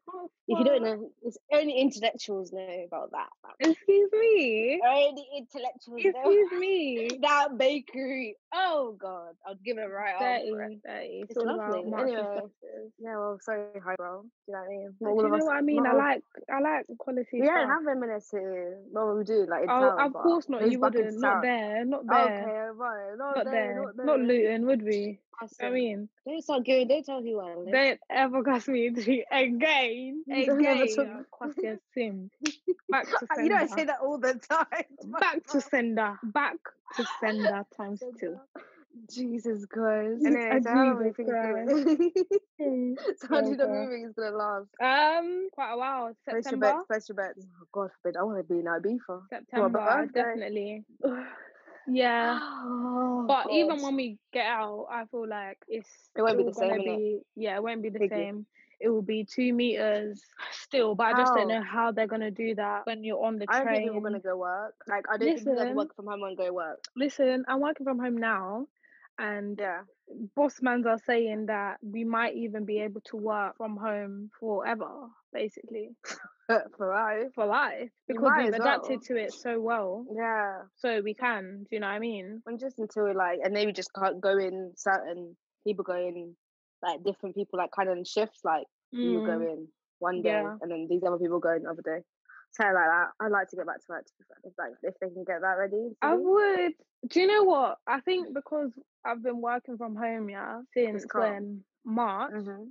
Speaker 1: If you don't know, it's only intellectuals know Oh, about that.
Speaker 2: Excuse me.
Speaker 1: Only intellectuals know
Speaker 2: Excuse me.
Speaker 1: that bakery. Oh god, I'd give it a right arm. for it.
Speaker 2: Dirty, dirty.
Speaker 1: It's
Speaker 2: Talk about
Speaker 1: lovely.
Speaker 2: Marks and
Speaker 1: Anyway.
Speaker 2: Spencers.
Speaker 1: Yeah, well, sorry, highbrow. Do you know what I mean?
Speaker 2: But you know what I mean? I
Speaker 1: not all-
Speaker 2: like I like quality
Speaker 1: We don't
Speaker 2: stuff.
Speaker 1: have them in this here. Well, we do, like in
Speaker 2: Oh,
Speaker 1: town.
Speaker 2: of
Speaker 1: but
Speaker 2: course not.
Speaker 1: those
Speaker 2: You
Speaker 1: back in
Speaker 2: wouldn't. Not
Speaker 1: town-
Speaker 2: there. Not
Speaker 1: Okay,
Speaker 2: there.
Speaker 1: right. Not,
Speaker 2: Not
Speaker 1: there,
Speaker 2: there.
Speaker 1: Not there.
Speaker 2: Not Luton, would we? I
Speaker 1: Awesome.
Speaker 2: mean,
Speaker 1: Don't start going. Don't tell who I live.
Speaker 2: don't ever cast me into again.
Speaker 1: You don't ever
Speaker 2: Again.
Speaker 1: talk-
Speaker 2: I'll Cross your sim. Back to
Speaker 1: you
Speaker 2: sender.
Speaker 1: don't say that all the time.
Speaker 2: Back to sender. Back to sender times two.
Speaker 1: Jesus Christ.
Speaker 2: Uh,
Speaker 1: Anyway, so how long do you
Speaker 2: Jesus
Speaker 1: think it's gonna
Speaker 2: Mm.
Speaker 1: So how do you
Speaker 2: Yeah,
Speaker 1: know
Speaker 2: girl.
Speaker 1: moving is gonna last?
Speaker 2: Um, quite a while.
Speaker 1: Place your
Speaker 2: September.
Speaker 1: bets, place your bets. Oh, God forbid, I wanna be in Ibiza.
Speaker 2: September, birthday. definitely. Yeah.
Speaker 1: Oh,
Speaker 2: But even
Speaker 1: God.
Speaker 2: when we get out, I feel like it's
Speaker 1: It won't be
Speaker 2: still
Speaker 1: the same,
Speaker 2: gonna
Speaker 1: innit?
Speaker 2: be yeah, it won't be the
Speaker 1: Figgy.
Speaker 2: same. It will be two meters still, but I just don't
Speaker 1: How?
Speaker 2: know how they're gonna do that when you're on the
Speaker 1: Oh. I don't think
Speaker 2: train.
Speaker 1: people are gonna go work. Like I don't think people are gonna
Speaker 2: Listen.
Speaker 1: work from home and go work.
Speaker 2: Listen, I'm working from home now, and
Speaker 1: Yeah.
Speaker 2: boss mans are saying that we might even be able to work from home forever, basically
Speaker 1: For life.
Speaker 2: for
Speaker 1: You
Speaker 2: life because
Speaker 1: might
Speaker 2: we've
Speaker 1: as well.
Speaker 2: adapted to it so well.
Speaker 1: Yeah.
Speaker 2: So we can, do you know what I mean?
Speaker 1: And just until like and maybe just can't go in certain people go in like different people like kind of shifts like you go
Speaker 2: Mm,
Speaker 1: in one day
Speaker 2: yeah.
Speaker 1: and then these other people go in another day. Something like that. I'd like to get back to work to be fair, if like if they can get that ready. for
Speaker 2: I
Speaker 1: me. Mm.
Speaker 2: would. Do you know what? I think because I've been working from home, yeah, since
Speaker 1: calm.
Speaker 2: when March,
Speaker 1: Mhm.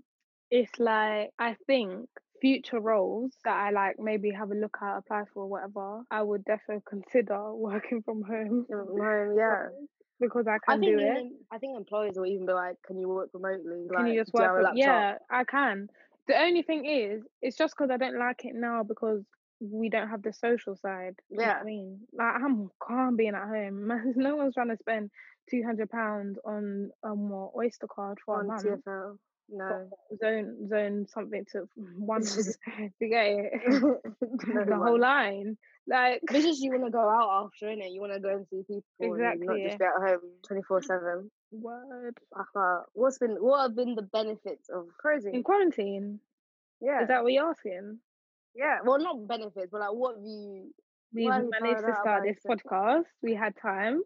Speaker 2: it's like I think future roles that I like maybe have a look at, apply for, whatever. I would definitely consider working from home
Speaker 1: From home, Mm, yeah.
Speaker 2: because I
Speaker 1: I
Speaker 2: can do
Speaker 1: think
Speaker 2: it.
Speaker 1: even, I think employers will even be like, Can you work remotely? Like
Speaker 2: Can you just
Speaker 1: do you
Speaker 2: work?
Speaker 1: have a laptop?
Speaker 2: From, yeah, I can. The only thing is, it's just because I don't like it now because we don't have the social side. do you know what
Speaker 1: Yeah.
Speaker 2: I mean, like I'm calm being at home. Man, no one's trying to spend two hundred pounds on a more Oyster card for a
Speaker 1: on
Speaker 2: month.
Speaker 1: TFL. No.
Speaker 2: Zone zone something to one to get it.
Speaker 1: no
Speaker 2: the whole
Speaker 1: one.
Speaker 2: line, like
Speaker 1: It's just you want to go out after, innit? You want to go and see people and not
Speaker 2: Exactly, yeah.
Speaker 1: just be at home 24 7.
Speaker 2: word
Speaker 1: What's been, what have been the benefits of
Speaker 2: in
Speaker 1: cruising?
Speaker 2: quarantine.
Speaker 1: Yeah.
Speaker 2: Is that what you're asking?
Speaker 1: yeah. Well, not benefits, but like what have you,
Speaker 2: We've
Speaker 1: Well, we
Speaker 2: managed
Speaker 1: found
Speaker 2: to
Speaker 1: out
Speaker 2: start
Speaker 1: about
Speaker 2: this
Speaker 1: it.
Speaker 2: podcast. We had time.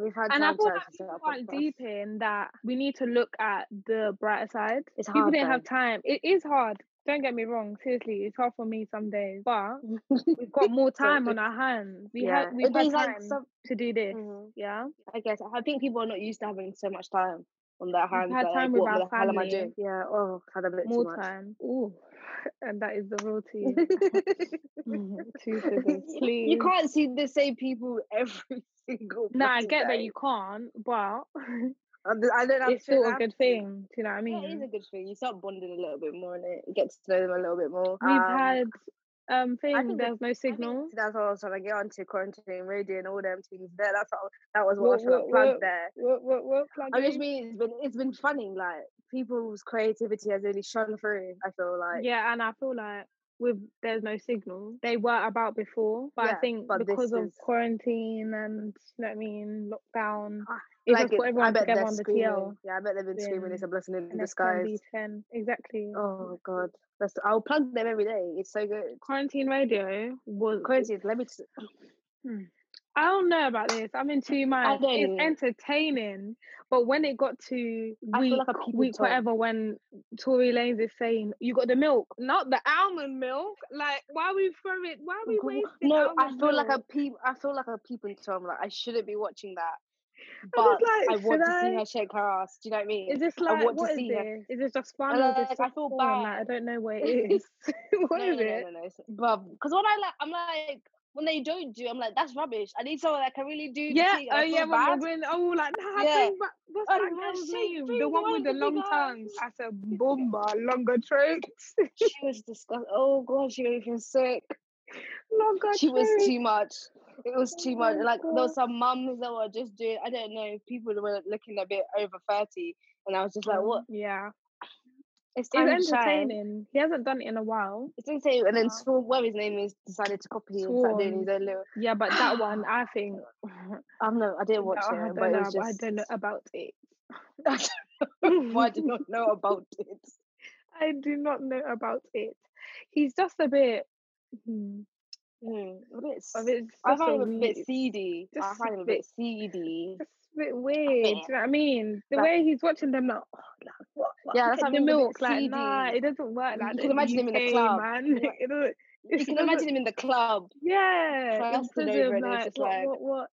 Speaker 1: we've had
Speaker 2: and I
Speaker 1: time
Speaker 2: feel
Speaker 1: to
Speaker 2: like
Speaker 1: actually set
Speaker 2: people
Speaker 1: up
Speaker 2: aren't
Speaker 1: podcasts.
Speaker 2: deep in that we need to look at the brighter side.
Speaker 1: It's
Speaker 2: People
Speaker 1: hard
Speaker 2: didn't have
Speaker 1: though.
Speaker 2: time. It is hard. Don't get me wrong. Seriously, it's hard for me some days, but we've got more
Speaker 1: Sorry,
Speaker 2: time on our hands. We had
Speaker 1: yeah.
Speaker 2: we've
Speaker 1: But
Speaker 2: had mm-hmm.
Speaker 1: it's like
Speaker 2: time
Speaker 1: some,
Speaker 2: to do this.
Speaker 1: Mhm.
Speaker 2: Yeah,
Speaker 1: I guess, I think people are not used to having so much time on their
Speaker 2: we've
Speaker 1: hands.
Speaker 2: had
Speaker 1: They're like,
Speaker 2: time with
Speaker 1: what
Speaker 2: our
Speaker 1: the hell am I doing?
Speaker 2: family.
Speaker 1: Yeah. Oh, I've had a bit too
Speaker 2: More
Speaker 1: much.
Speaker 2: time. Ooh, and that is the real tea. Two scissors,
Speaker 1: you
Speaker 2: please.
Speaker 1: can't see the same people every single
Speaker 2: No, I
Speaker 1: bloody
Speaker 2: get that
Speaker 1: day.
Speaker 2: you can't, but
Speaker 1: I d- I don't have
Speaker 2: it's
Speaker 1: to
Speaker 2: still a
Speaker 1: have
Speaker 2: good
Speaker 1: to.
Speaker 2: thing. Do you know what I
Speaker 1: Yeah, it is
Speaker 2: mean?
Speaker 1: a good thing. You start bonding a little bit more in it. You get to know them a little bit more.
Speaker 2: We've
Speaker 1: Um,
Speaker 2: had um
Speaker 1: I
Speaker 2: thing.
Speaker 1: think the-
Speaker 2: There's no
Speaker 1: I think
Speaker 2: signal.
Speaker 1: that's what I was trying to get onto quarantine radio and all them things there. That's what, I- that was what I was
Speaker 2: What,
Speaker 1: trying
Speaker 2: what,
Speaker 1: to plug
Speaker 2: what,
Speaker 1: there.
Speaker 2: what, what, what
Speaker 1: I just
Speaker 2: plugging?
Speaker 1: mean it's been it's been funny. Like people's creativity has really shone through. I feel like
Speaker 2: Yeah, and I feel like with there's no signal. They were about before, but I
Speaker 1: yeah,
Speaker 2: think
Speaker 1: but this
Speaker 2: because of
Speaker 1: is
Speaker 2: quarantine and you know what I mean, lockdown,
Speaker 1: Ah,
Speaker 2: it
Speaker 1: like
Speaker 2: just
Speaker 1: it,
Speaker 2: put
Speaker 1: I
Speaker 2: everyone
Speaker 1: bet
Speaker 2: together
Speaker 1: they're
Speaker 2: on the
Speaker 1: screaming.
Speaker 2: TL.
Speaker 1: Yeah, I bet they've been screaming. It's a
Speaker 2: Then
Speaker 1: blessing in
Speaker 2: and
Speaker 1: disguise.
Speaker 2: be ten exactly.
Speaker 1: Oh god, that's I'll plug them every day. It's so good.
Speaker 2: Quarantine radio was.
Speaker 1: Quarantine. Let me. T-
Speaker 2: Hmm. I don't know about this. I'm in two
Speaker 1: I
Speaker 2: minds. It's
Speaker 1: don't.
Speaker 2: entertaining, but when it got to
Speaker 1: I feel
Speaker 2: week
Speaker 1: like a people
Speaker 2: week
Speaker 1: talk.
Speaker 2: whatever, when Tory Lanez is saying you got the milk, not the almond milk. Like why we throw it? Why we
Speaker 1: Gw-
Speaker 2: wasting
Speaker 1: No, I
Speaker 2: almond
Speaker 1: feel like a
Speaker 2: milk?
Speaker 1: peep. I feel like a peeping tom. Like I shouldn't be watching that,
Speaker 2: I'm
Speaker 1: but
Speaker 2: just like,
Speaker 1: I
Speaker 2: should
Speaker 1: want to see
Speaker 2: I?
Speaker 1: her shake her ass. Do you know what I mean?
Speaker 2: Is this
Speaker 1: I
Speaker 2: like
Speaker 1: want to
Speaker 2: what is
Speaker 1: see her.
Speaker 2: this? Is this just fun
Speaker 1: And
Speaker 2: or this
Speaker 1: like, I
Speaker 2: just
Speaker 1: feel
Speaker 2: porn? Like I
Speaker 1: bad.
Speaker 2: don't know what it is. what
Speaker 1: No, no,
Speaker 2: is
Speaker 1: no, no,
Speaker 2: it?
Speaker 1: no, no. But because when I like, I'm like, when they don't do, I'm like, that's rubbish. I need someone that can really do the
Speaker 2: Yeah.
Speaker 1: thing. And
Speaker 2: Oh
Speaker 1: I
Speaker 2: yeah.
Speaker 1: feel
Speaker 2: When we're
Speaker 1: bad.
Speaker 2: doing oh like nah,
Speaker 1: Yeah.
Speaker 2: bring back what's
Speaker 1: Oh,
Speaker 2: that
Speaker 1: man,
Speaker 2: girl's
Speaker 1: shake,
Speaker 2: name? The
Speaker 1: bring the
Speaker 2: one with
Speaker 1: one
Speaker 2: the
Speaker 1: with the big
Speaker 2: long tongues.
Speaker 1: arms.
Speaker 2: I said bomba longer throats.
Speaker 1: She was disgusting. Oh god, she made me feel sick.
Speaker 2: longer
Speaker 1: she was
Speaker 2: throats.
Speaker 1: too much. It was too much.
Speaker 2: Oh
Speaker 1: Like there
Speaker 2: my
Speaker 1: was some mums that were just doing. I don't know. People that were looking a bit over thirty, and I was just like,
Speaker 2: god.
Speaker 1: "What?
Speaker 2: Yeah.
Speaker 1: It's
Speaker 2: It's
Speaker 1: time to shine."
Speaker 2: entertaining. He hasn't done it in a while.
Speaker 1: It's insane. And then
Speaker 2: Yeah.
Speaker 1: Swan, whatever his name is, decided to copy and start doing his
Speaker 2: Swan.
Speaker 1: own little.
Speaker 2: Yeah, but that one I think
Speaker 1: I'm no, I didn't watch
Speaker 2: I
Speaker 1: it, but
Speaker 2: don't
Speaker 1: it
Speaker 2: know
Speaker 1: was
Speaker 2: I
Speaker 1: just.
Speaker 2: don't know about it.
Speaker 1: I don't know. I did not know about it.
Speaker 2: I I do not know about it. He's just a bit. hmm,
Speaker 1: Mm, a bit,
Speaker 2: a
Speaker 1: s-
Speaker 2: bit
Speaker 1: I
Speaker 2: just
Speaker 1: find him a bit
Speaker 2: weird-
Speaker 1: seedy. I
Speaker 2: just a
Speaker 1: find him a
Speaker 2: bit-
Speaker 1: bit seedy.
Speaker 2: just a bit weird. Do you know what I mean? The
Speaker 1: Like-
Speaker 2: way he's watching them, like, oh, like what? what
Speaker 1: Yeah,
Speaker 2: look
Speaker 1: that's
Speaker 2: at
Speaker 1: what I
Speaker 2: the
Speaker 1: mean, a bit
Speaker 2: milk. Like, nah,
Speaker 1: seedy.
Speaker 2: it doesn't work.
Speaker 1: You
Speaker 2: Like, that
Speaker 1: can imagine him in the
Speaker 2: UK,
Speaker 1: club.
Speaker 2: Man.
Speaker 1: Like,
Speaker 2: It doesn't-
Speaker 1: You
Speaker 2: it
Speaker 1: can
Speaker 2: doesn't-
Speaker 1: imagine him in the club,
Speaker 2: Yeah, in
Speaker 1: crusted over
Speaker 2: prison,
Speaker 1: it, and it's
Speaker 2: like,
Speaker 1: just
Speaker 2: what,
Speaker 1: like-
Speaker 2: what, what?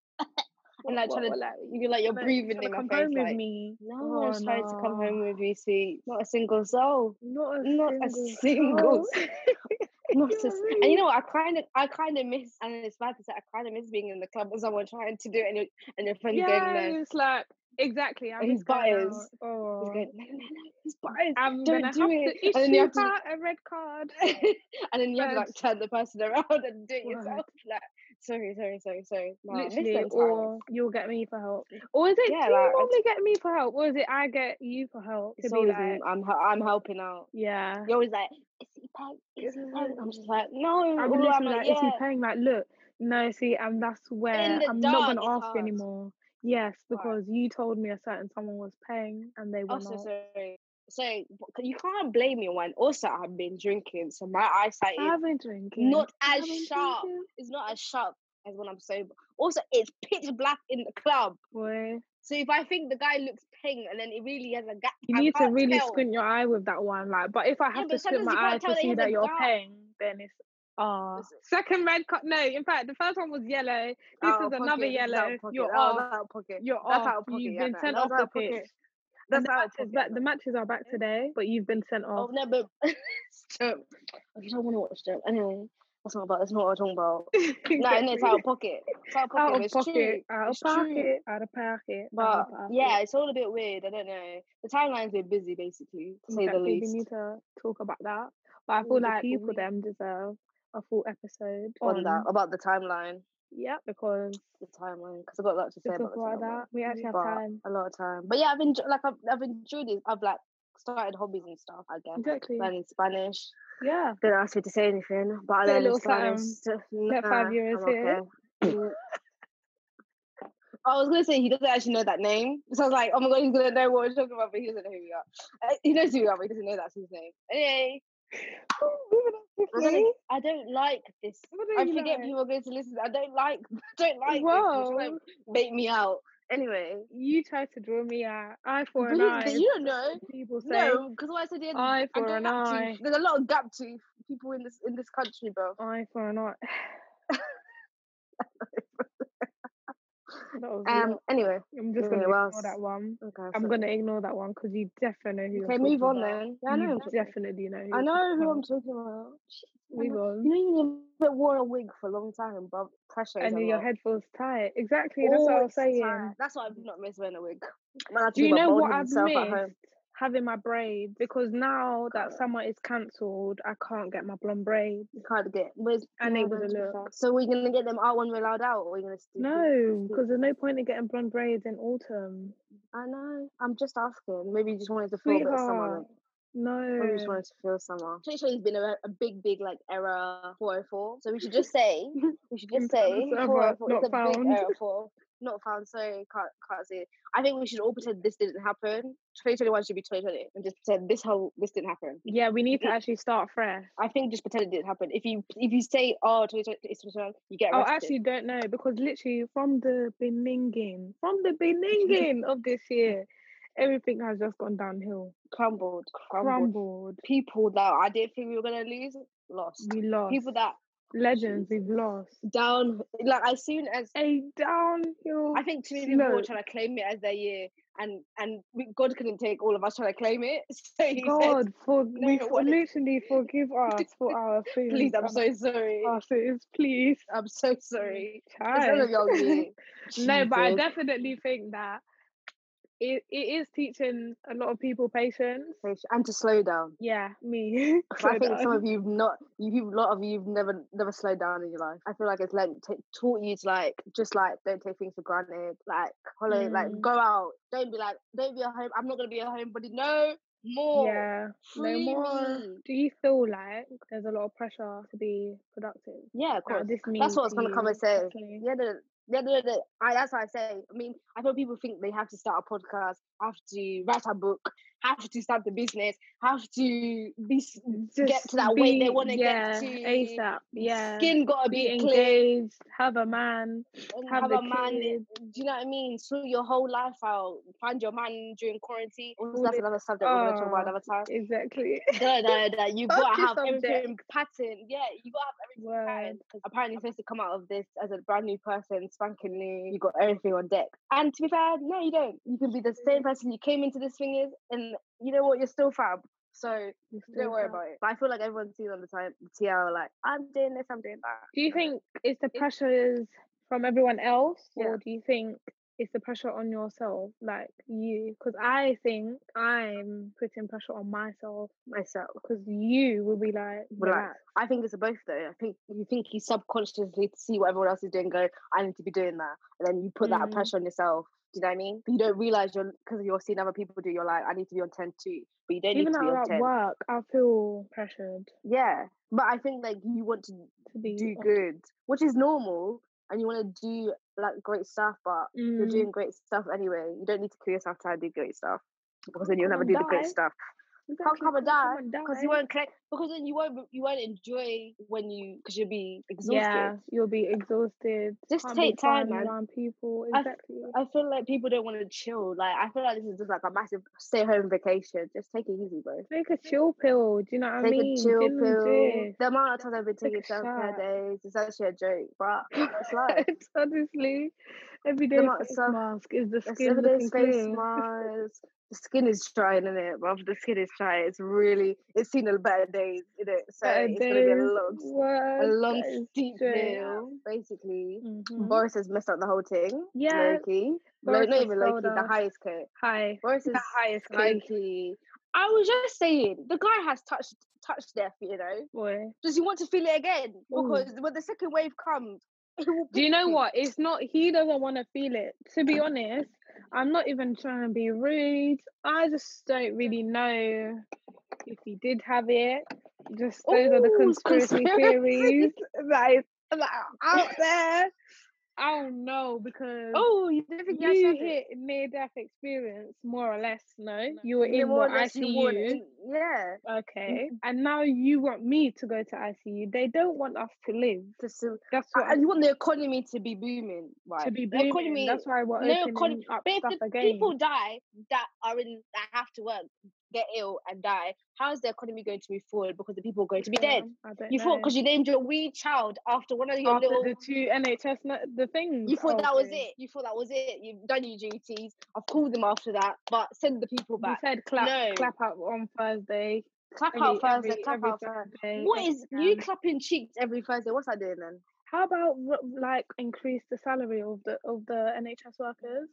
Speaker 1: and like trying to, you're like you're breathing in my
Speaker 2: come
Speaker 1: face,
Speaker 2: home
Speaker 1: like
Speaker 2: with me.
Speaker 1: no, I was
Speaker 2: Oh,
Speaker 1: trying to come home
Speaker 2: no.
Speaker 1: with you. See, not a single soul,
Speaker 2: Not a
Speaker 1: not a
Speaker 2: single
Speaker 1: single,
Speaker 2: soul.
Speaker 1: not a.
Speaker 2: You're
Speaker 1: s- And you
Speaker 2: rude.
Speaker 1: know, what, I kind of, I kind of miss, and it's bad to say, I kind of miss being in the club with someone trying to do it, and your and your friend going,
Speaker 2: Yeah,
Speaker 1: no,
Speaker 2: it's like exactly. I'm
Speaker 1: His
Speaker 2: just going out.
Speaker 1: bias.
Speaker 2: Oh,
Speaker 1: he's going, no, no, no, he's biased.
Speaker 2: I'm
Speaker 1: "Don't
Speaker 2: gonna
Speaker 1: do
Speaker 2: have
Speaker 1: it,"
Speaker 2: to
Speaker 1: and then
Speaker 2: issue
Speaker 1: you have to-
Speaker 2: her a red card.
Speaker 1: and then you have to like
Speaker 2: Friends.
Speaker 1: turn the person around and do it
Speaker 2: Word.
Speaker 1: yourself. Like, sorry, sorry, sorry, sorry. Nah, I miss
Speaker 2: Literally,
Speaker 1: them times.
Speaker 2: or you'll get me for help, or is it
Speaker 1: Yeah,
Speaker 2: do
Speaker 1: like, I
Speaker 2: you normally get me for help, or is it I get you for help to
Speaker 1: It's
Speaker 2: be
Speaker 1: always
Speaker 2: like,
Speaker 1: me, I'm hel- I'm helping out.
Speaker 2: yeah,
Speaker 1: You're always like, is he paying? Is he paying? I'm just like, no.
Speaker 2: I'm
Speaker 1: or
Speaker 2: literally
Speaker 1: I'm
Speaker 2: like,
Speaker 1: like,
Speaker 2: is he
Speaker 1: yeah.
Speaker 2: paying? Like, look, no, see, and that's where
Speaker 1: the
Speaker 2: I'm not
Speaker 1: dark,
Speaker 2: gonna
Speaker 1: it's
Speaker 2: ask
Speaker 1: hard.
Speaker 2: anymore. Yes,
Speaker 1: Right.
Speaker 2: because you told me a certain someone was paying and they were
Speaker 1: Also,
Speaker 2: not.
Speaker 1: sorry. So but you can't blame me when also I've been drinking, so my eyesight
Speaker 2: I
Speaker 1: is
Speaker 2: haven't drinking.
Speaker 1: not
Speaker 2: I
Speaker 1: as
Speaker 2: haven't
Speaker 1: sharp.
Speaker 2: drinking,
Speaker 1: It's not as sharp as when I'm sober. Also, it's pitch black in the club.
Speaker 2: boy.
Speaker 1: So if I think the guy looks pink and then it really has a gap,
Speaker 2: You
Speaker 1: I
Speaker 2: need to
Speaker 1: can't
Speaker 2: really
Speaker 1: tell.
Speaker 2: squint your eye with that one, like. But if I have to
Speaker 1: but
Speaker 2: squint
Speaker 1: sometimes
Speaker 2: my
Speaker 1: you can't
Speaker 2: eye
Speaker 1: tell
Speaker 2: to
Speaker 1: that he
Speaker 2: see
Speaker 1: has a
Speaker 2: that you're
Speaker 1: dark-
Speaker 2: paying, then it's ah.
Speaker 1: Listen.
Speaker 2: Second red card. No, in fact, the first one was yellow. This
Speaker 1: Out
Speaker 2: is
Speaker 1: of
Speaker 2: another
Speaker 1: pocket, this is out
Speaker 2: yellow.
Speaker 1: of pocket,
Speaker 2: You're
Speaker 1: that was
Speaker 2: off.
Speaker 1: out of pocket.
Speaker 2: You're
Speaker 1: That's
Speaker 2: off.
Speaker 1: out of pocket,
Speaker 2: You've
Speaker 1: yeah,
Speaker 2: been
Speaker 1: that-
Speaker 2: sent
Speaker 1: that
Speaker 2: off
Speaker 1: was out
Speaker 2: the
Speaker 1: of pocket.
Speaker 2: pitch.
Speaker 1: That's
Speaker 2: the
Speaker 1: out of
Speaker 2: match is
Speaker 1: pocket.
Speaker 2: back. The match is are back today, but you've been sent
Speaker 1: Oh
Speaker 2: off.
Speaker 1: no, but Stump. If you don't want to watch Stump, anyway, that's not about. That's not what I'm talking about. No, and it's
Speaker 2: Exactly.
Speaker 1: out of pocket. It's out of pocket.
Speaker 2: out
Speaker 1: but
Speaker 2: of
Speaker 1: It's true.
Speaker 2: pocket, out of
Speaker 1: It's true.
Speaker 2: pocket, out of pocket, out
Speaker 1: But
Speaker 2: of pocket.
Speaker 1: yeah, it's all a bit weird. I don't know. The timeline's been busy, basically, to say the
Speaker 2: Exactly,
Speaker 1: least.
Speaker 2: We need to talk about that. But I
Speaker 1: We
Speaker 2: feel
Speaker 1: need to
Speaker 2: like
Speaker 1: keep-
Speaker 2: people them deserve a full episode
Speaker 1: on that
Speaker 2: on-
Speaker 1: about the timeline,
Speaker 2: Yeah, because
Speaker 1: the timeline, because I've got a lot to say
Speaker 2: to
Speaker 1: about
Speaker 2: talk
Speaker 1: the
Speaker 2: about
Speaker 1: timeline.
Speaker 2: that, we actually have
Speaker 1: But-
Speaker 2: time.
Speaker 1: A lot of time. But yeah, I've enjoyed. Like I've, I've enjoyed it. I've like started hobbies and stuff. I guess
Speaker 2: Exactly.
Speaker 1: learning Spanish.
Speaker 2: Yeah.
Speaker 1: Don't ask me to say anything, but I
Speaker 2: Say a
Speaker 1: learned in
Speaker 2: little
Speaker 1: Spanish. Nah,
Speaker 2: let five euros
Speaker 1: I'm
Speaker 2: here.
Speaker 1: okay. I was gonna say he doesn't actually know that name, so I was like, oh my god, he's gonna know what we're talking about, but he doesn't know who we are. Uh, he knows who we are, but he doesn't know that's his name. Anyway, Oh, I don't,
Speaker 2: Really?
Speaker 1: I don't like this.
Speaker 2: What do
Speaker 1: I
Speaker 2: you
Speaker 1: forget
Speaker 2: like?
Speaker 1: people are going to listen. I don't like, I don't like this. You're trying
Speaker 2: Whoa.
Speaker 1: to bait me out. Anyway,
Speaker 2: You tried to draw me out. Eye for an
Speaker 1: believe that
Speaker 2: eye.
Speaker 1: you don't know.
Speaker 2: People say
Speaker 1: No, because what I said, the other-
Speaker 2: eye
Speaker 1: a
Speaker 2: for an
Speaker 1: gap tooth.
Speaker 2: eye.
Speaker 1: There's a lot of gap tooth people in this in this country, bro.
Speaker 2: Eye for an eye. That was
Speaker 1: Um.
Speaker 2: lot.
Speaker 1: Anyway,
Speaker 2: I'm just
Speaker 1: anyway,
Speaker 2: gonna
Speaker 1: what
Speaker 2: ignore
Speaker 1: else?
Speaker 2: that one.
Speaker 1: okay.
Speaker 2: I'm
Speaker 1: so-
Speaker 2: gonna ignore that one because you definitely know who
Speaker 1: Okay,
Speaker 2: you're
Speaker 1: move
Speaker 2: talking
Speaker 1: on
Speaker 2: about.
Speaker 1: then. Yeah, I know.
Speaker 2: You
Speaker 1: I'm talking-
Speaker 2: definitely do know. Who
Speaker 1: I
Speaker 2: you're
Speaker 1: know
Speaker 2: talking
Speaker 1: who
Speaker 2: about.
Speaker 1: I'm talking about. Shit, I
Speaker 2: Move
Speaker 1: know-
Speaker 2: on.
Speaker 1: You know, you never wore a wig for a long time, but pressure is
Speaker 2: And
Speaker 1: a
Speaker 2: your
Speaker 1: lot.
Speaker 2: head feels tight. Exactly. That's what I was
Speaker 1: Always
Speaker 2: saying.
Speaker 1: Oh, tight. That's why I've not missed wearing a wig. Man, I have to
Speaker 2: Do you
Speaker 1: my
Speaker 2: know
Speaker 1: bald
Speaker 2: what
Speaker 1: headed
Speaker 2: I've
Speaker 1: self at home.
Speaker 2: missed? Having my braids because now that
Speaker 1: God.
Speaker 2: summer is cancelled, I can't get my blonde braids.
Speaker 1: You can't get. Where's,
Speaker 2: And
Speaker 1: no,
Speaker 2: it was
Speaker 1: no,
Speaker 2: a
Speaker 1: to be
Speaker 2: look.
Speaker 1: fair. So we're gonna get them out when we're allowed out, or we're gonna still.
Speaker 2: No, because there's no point in getting blonde braids in autumn.
Speaker 1: I know. I'm just asking. Maybe you just wanted to feel a bit of summer.
Speaker 2: Sweetheart.
Speaker 1: like, Maybe you just
Speaker 2: No.
Speaker 1: wanted to feel summer. Pretty sure there's been a, a big, big like error 404. So we should just say we should just say
Speaker 2: Infamous error,
Speaker 1: 404
Speaker 2: not
Speaker 1: it's a big
Speaker 2: found.
Speaker 1: error 404. Not found. Sorry, can't can't say. It. I think we should all pretend this didn't happen. 2021 should be 2020, and just pretend this whole this didn't happen.
Speaker 2: Yeah, we need to actually start fresh.
Speaker 1: I think just pretend it didn't happen. If you if you say oh 2020 it's 2021, you get
Speaker 2: Oh,
Speaker 1: arrested.
Speaker 2: I actually don't know because literally from the beninging, from the beninging of this year, everything has just gone downhill.
Speaker 1: crumbled, crumbled.
Speaker 2: Crumbled.
Speaker 1: People that I didn't think we were gonna lose lost.
Speaker 2: We lost.
Speaker 1: People that
Speaker 2: Legends, we've lost.
Speaker 1: down like as soon as
Speaker 2: A downhill.
Speaker 1: I think too many people were
Speaker 2: slope.
Speaker 1: trying to claim it as their year, and and we, God couldn't take all of us trying to claim it. So he said,
Speaker 2: God, for, we
Speaker 1: no,
Speaker 2: for,
Speaker 1: what is-
Speaker 2: literally forgive us for our sins.
Speaker 1: "Please, I'm
Speaker 2: and
Speaker 1: so sorry.
Speaker 2: Our sins, please.
Speaker 1: I'm so sorry. It's none
Speaker 2: Child.
Speaker 1: of y'all's year."
Speaker 2: Mm, no, but I
Speaker 1: Jesus.
Speaker 2: definitely think that it, it is teaching a lot of people patience.
Speaker 1: and to slow down.
Speaker 2: Yeah, me.
Speaker 1: 'Cause
Speaker 2: Slow
Speaker 1: I think some
Speaker 2: down.
Speaker 1: of you've not, you, a lot of you've never, never slowed down in your life. I feel like it's like ta taught you to like, just like, don't take things for granted. Like, follow, like,
Speaker 2: Mm.
Speaker 1: go out. Don't be like, don't be a home. I'm not gonna be a homebody. No more.
Speaker 2: Yeah, no
Speaker 1: Free
Speaker 2: more.
Speaker 1: me.
Speaker 2: Do you feel like there's a lot of pressure to be productive?
Speaker 1: Yeah, of
Speaker 2: Like,
Speaker 1: course.
Speaker 2: this means
Speaker 1: That's what I was
Speaker 2: to
Speaker 1: gonna come
Speaker 2: you,
Speaker 1: and say.
Speaker 2: exactly.
Speaker 1: Yeah, the, yeah, the, the, I, that's what I say. I mean, I feel people think they have to start a podcast. have to write a book, have to start the business, have to be s- get to that weight they want to get
Speaker 2: yeah,
Speaker 1: to.
Speaker 2: ASAP. Yeah.
Speaker 1: Skin gotta
Speaker 2: be
Speaker 1: be, clear.
Speaker 2: engaged, have a man.
Speaker 1: and
Speaker 2: have
Speaker 1: have,
Speaker 2: the
Speaker 1: a man. eh,
Speaker 2: kid.
Speaker 1: Do you know what I mean? Through your whole life out, find your man during quarantine. Also,
Speaker 2: All
Speaker 1: that's
Speaker 2: this-
Speaker 1: another subject we're gonna talk about
Speaker 2: Oh.
Speaker 1: another time.
Speaker 2: Exactly.
Speaker 1: Da, da, da. You
Speaker 2: Fuck
Speaker 1: gotta
Speaker 2: this
Speaker 1: have
Speaker 2: subject.
Speaker 1: everything pattern. Yeah, you gotta have everything
Speaker 2: Word.
Speaker 1: pattern. 'cause Apparently, you're supposed to come out of this as a brand new person, spanking new. You got everything on deck. And to be fair, no, you don't. You can be the same person you came into this thing is, and you know what? You're still fab. So don't worry about it. But I feel like everyone's seen on the time TL like I'm doing this, I'm doing that.
Speaker 2: Do you think it's the pressures from everyone else, or
Speaker 1: Yeah.
Speaker 2: do you think it's the pressure on yourself, like you? Because I think I'm putting pressure on myself
Speaker 1: myself?
Speaker 2: because you will be like,
Speaker 1: Relax.
Speaker 2: relax.
Speaker 1: I think it's both though. I think you think you subconsciously see what everyone else is doing, and go, I need to be doing that. And then you put that
Speaker 2: Mm.
Speaker 1: pressure on yourself. Do you know what I mean? But you don't realize you're because you're seeing other people do, you're like, I need to be on 10 too. But you don't
Speaker 2: Even
Speaker 1: need to be
Speaker 2: though
Speaker 1: on
Speaker 2: at
Speaker 1: 10.
Speaker 2: work, I feel pressured
Speaker 1: Yeah. But I think like you want to
Speaker 2: to be
Speaker 1: do
Speaker 2: on-
Speaker 1: good, which is normal. And you want to do like great stuff, but you're
Speaker 2: Mm,
Speaker 1: doing great stuff anyway. You don't need to kill yourself trying to do great stuff because then you'll never
Speaker 2: come and
Speaker 1: do the great
Speaker 2: die.
Speaker 1: stuff.
Speaker 2: exactly,
Speaker 1: come and die?
Speaker 2: and
Speaker 1: Because
Speaker 2: die.
Speaker 1: you won't collect, because then you won't you won't enjoy when you because you'll be exhausted.
Speaker 2: Yeah, you'll be exhausted.
Speaker 1: Just
Speaker 2: can't be
Speaker 1: take time,
Speaker 2: fun
Speaker 1: man.
Speaker 2: Around people,
Speaker 1: I f-
Speaker 2: exactly.
Speaker 1: I feel like people don't want to chill. Like I feel like this is just like a massive stay home vacation. Just take it easy, bro.
Speaker 2: Take a chill pill. Do you know what I
Speaker 1: Take
Speaker 2: mean?
Speaker 1: a chill
Speaker 2: Gin and
Speaker 1: pill.
Speaker 2: juice.
Speaker 1: The amount of times I've been
Speaker 2: Take
Speaker 1: taking
Speaker 2: a shot.
Speaker 1: self-care days is actually a joke, but it's life.
Speaker 2: It's honestly, everyday
Speaker 1: amount of
Speaker 2: face
Speaker 1: stuff-
Speaker 2: mask is the
Speaker 1: It's
Speaker 2: skin looking
Speaker 1: everyday face
Speaker 2: clear.
Speaker 1: smiles. The skin is drying, isn't it? Bruv, the skin is dry. It's really, it's seen a better days, isn't it? So
Speaker 2: Better
Speaker 1: it's gonna be a
Speaker 2: days,
Speaker 1: long, a
Speaker 2: worse,
Speaker 1: long
Speaker 2: that is
Speaker 1: steep
Speaker 2: straight up.
Speaker 1: hill, basically.
Speaker 2: Mhm.
Speaker 1: Boris has messed up the whole thing.
Speaker 2: Yeah,
Speaker 1: Loki.
Speaker 2: Boris
Speaker 1: not
Speaker 2: has
Speaker 1: even Loki,
Speaker 2: sold
Speaker 1: the
Speaker 2: us.
Speaker 1: highest coat.
Speaker 2: Hi.
Speaker 1: Boris is
Speaker 2: The highest cake,
Speaker 1: Loki. I was just saying, the guy has touched touched death, you know.
Speaker 2: boy.
Speaker 1: Does he want to feel it again?
Speaker 2: Ooh.
Speaker 1: Because when the second wave comes, it will
Speaker 2: Do you
Speaker 1: pick
Speaker 2: know what? It's not he doesn't want to feel it. To be honest, I'm not even trying to be rude. I just don't really know if he did have it. Just those are the
Speaker 1: Ooh,
Speaker 2: conspiracy
Speaker 1: conspiracies.
Speaker 2: theories that is that are out there. I don't know because
Speaker 1: Oh, you didn't think
Speaker 2: you
Speaker 1: you hit
Speaker 2: hit near death experience more or less. No, you were
Speaker 1: Yeah,
Speaker 2: in
Speaker 1: more
Speaker 2: what
Speaker 1: or less Mm-hmm. you would,
Speaker 2: ICU.
Speaker 1: in- Yeah,
Speaker 2: Okay, and now you want me to go to ICU. They don't want us to live.
Speaker 1: to su-
Speaker 2: That's what
Speaker 1: and you want the economy to be booming, right?
Speaker 2: to be
Speaker 1: The
Speaker 2: booming.
Speaker 1: economy,
Speaker 2: That's why we're
Speaker 1: no
Speaker 2: opening
Speaker 1: economy.
Speaker 2: up
Speaker 1: But if
Speaker 2: stuff
Speaker 1: the
Speaker 2: again.
Speaker 1: people die that are in that have to work, get ill and die, how is the economy going to move forward? Because the people are going to be dead.
Speaker 2: I don't
Speaker 1: You
Speaker 2: know.
Speaker 1: thought because you named your wee child after one of your
Speaker 2: after
Speaker 1: little.
Speaker 2: the two NHS no- the things.
Speaker 1: You thought
Speaker 2: oh,
Speaker 1: that was
Speaker 2: okay.
Speaker 1: it. You thought that was it. You've done your duties. I've called them after that, but send the people
Speaker 2: You
Speaker 1: back.
Speaker 2: said clap
Speaker 1: No.
Speaker 2: clap out on Thursday.
Speaker 1: Clap
Speaker 2: Every,
Speaker 1: out Thursday.
Speaker 2: every,
Speaker 1: clap
Speaker 2: every
Speaker 1: out Thursday.
Speaker 2: Thursday.
Speaker 1: What
Speaker 2: every
Speaker 1: is you
Speaker 2: Friday.
Speaker 1: clapping cheeks every Thursday? What's that doing then?
Speaker 2: How about r- like increase the salary of the of the NHS workers?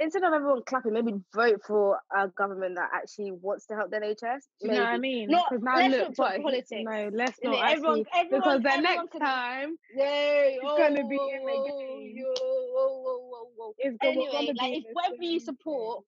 Speaker 1: Instead of everyone clapping, maybe vote for a government that actually wants to help the NHS.
Speaker 2: Do you know what I
Speaker 1: Maybe.
Speaker 2: mean?
Speaker 1: Not-
Speaker 2: Because now
Speaker 1: let's
Speaker 2: look
Speaker 1: not talk
Speaker 2: what he-
Speaker 1: politics.
Speaker 2: No, let's
Speaker 1: Isn't
Speaker 2: not
Speaker 1: it? everyone,
Speaker 2: actually
Speaker 1: everyone,
Speaker 2: because the
Speaker 1: everyone
Speaker 2: next
Speaker 1: can-
Speaker 2: time
Speaker 1: Yay,
Speaker 2: it's gonna be
Speaker 1: oh,
Speaker 2: him
Speaker 1: whoa,
Speaker 2: again.
Speaker 1: yo, whoa, whoa, whoa, whoa.
Speaker 2: it's gonna,
Speaker 1: Anyway,
Speaker 2: gonna
Speaker 1: like
Speaker 2: be
Speaker 1: if
Speaker 2: the
Speaker 1: whatever you
Speaker 2: same
Speaker 1: support,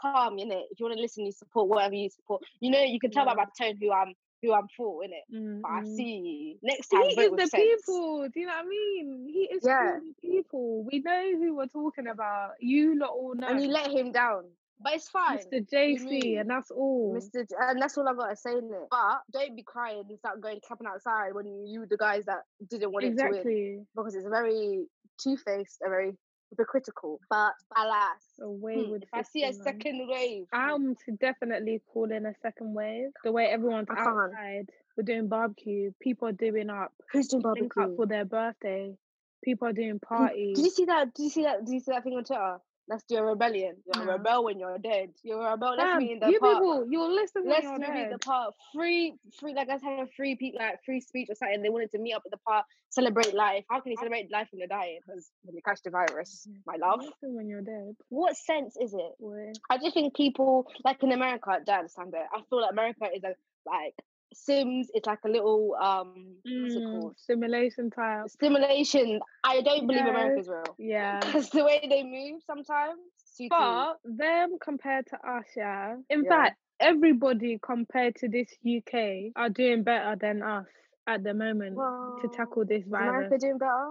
Speaker 1: calm, innit? If you want to listen, you support whatever you support. You know, you can tell by
Speaker 2: Yeah.
Speaker 1: my tone who I'm who I'm for, innit?
Speaker 2: thing.
Speaker 1: But I
Speaker 2: Mm, mm.
Speaker 1: see you. Next
Speaker 2: He
Speaker 1: time, vote
Speaker 2: is
Speaker 1: with
Speaker 2: the
Speaker 1: sense.
Speaker 2: people. Do you know what I mean? He is
Speaker 1: Yeah.
Speaker 2: for the people. We know who we're talking about. You lot all know.
Speaker 1: And you let him down. But it's fine.
Speaker 2: Mr. JC,
Speaker 1: move.
Speaker 2: and that's all.
Speaker 1: Mr. J- and that's all I've got to say in it. But don't be crying and start going clapping outside when you the guys that didn't want it to win
Speaker 2: Exactly.
Speaker 1: because it's very two faced and very hypocritical. But alas,
Speaker 2: Away
Speaker 1: hmm,
Speaker 2: with
Speaker 1: if I see a
Speaker 2: system, man.
Speaker 1: second wave, hmm,
Speaker 2: I'm to definitely call in a second wave. The way everyone's
Speaker 1: I can't.
Speaker 2: outside, we're doing barbecue. People are doing up,
Speaker 1: who's doing
Speaker 2: link up
Speaker 1: barbecue?
Speaker 2: for their birthday. People are doing
Speaker 1: Who- Did you
Speaker 2: parties.
Speaker 1: see that? Did you see that? Did you see that thing on Twitter? Let's do a rebellion. You're
Speaker 2: No.
Speaker 1: a rebel when you're dead. You're a rebel. Let's
Speaker 2: Fam,
Speaker 1: meet in the
Speaker 2: you
Speaker 1: park.
Speaker 2: people, you're listening.
Speaker 1: Let's
Speaker 2: you're
Speaker 1: meet at the
Speaker 2: dead.
Speaker 1: park. Free, free. Like I was having free, pe- like free speech or something. They wanted to meet up at the park, celebrate life. How can you celebrate life when you're dying? Because when you catch the virus, my
Speaker 2: You're
Speaker 1: love.
Speaker 2: listening when you're dead.
Speaker 1: What sense is it?
Speaker 2: Boy.
Speaker 1: I just think people like in America I don't understand it. I feel like America is a like Sims. It's like a little um, what's it
Speaker 2: Mm,
Speaker 1: called?
Speaker 2: Simulation type.
Speaker 1: Simulation. I don't believe America's real
Speaker 2: Yeah.
Speaker 1: because the way they move sometimes. suits me.
Speaker 2: But them compared to us, yeah. In
Speaker 1: Yeah.
Speaker 2: fact, everybody compared to this UK are doing better than us at the moment to
Speaker 1: Well,
Speaker 2: tackle this
Speaker 1: is
Speaker 2: virus.
Speaker 1: America doing better?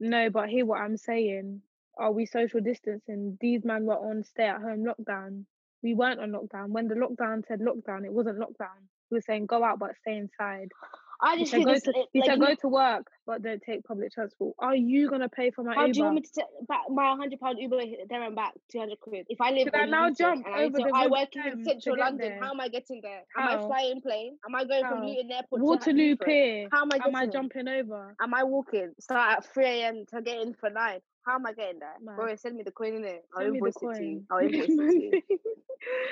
Speaker 2: No, but hear what I'm saying. are we social distancing? These men were on stay at home lockdown. We weren't on lockdown. When the lockdown said lockdown, it wasn't lockdown. We were saying go out but stay inside.
Speaker 1: I
Speaker 2: He
Speaker 1: just
Speaker 2: said
Speaker 1: feel
Speaker 2: go
Speaker 1: this.
Speaker 2: to,
Speaker 1: like,
Speaker 2: he said
Speaker 1: you-
Speaker 2: go to work but don't take public transport. Are you gonna pay for my
Speaker 1: How
Speaker 2: Uber?
Speaker 1: do you want me to take back uh, my hundred pound Uber there and back two hundred quid? If I live,
Speaker 2: Should I
Speaker 1: in
Speaker 2: now
Speaker 1: Luton
Speaker 2: jump
Speaker 1: and I, need
Speaker 2: over
Speaker 1: to-
Speaker 2: the
Speaker 1: I
Speaker 2: River
Speaker 1: work
Speaker 2: Thames
Speaker 1: in
Speaker 2: to
Speaker 1: central
Speaker 2: get
Speaker 1: London.
Speaker 2: there?
Speaker 1: How am I getting there? Am
Speaker 2: How?
Speaker 1: I flying plane? Am I going from
Speaker 2: How?
Speaker 1: Luton Airport
Speaker 2: Waterloo
Speaker 1: to Heathrow?
Speaker 2: Pier.
Speaker 1: How am I getting?
Speaker 2: Am I
Speaker 1: there?
Speaker 2: jumping over?
Speaker 1: Am I walking? Start at three a.m. to get in for nine. How am I getting there?
Speaker 2: Mad.
Speaker 1: Bro, send me the coin in it. I'll
Speaker 2: Send me the
Speaker 1: invoice it to you.
Speaker 2: coin.
Speaker 1: I'll invoice it to you.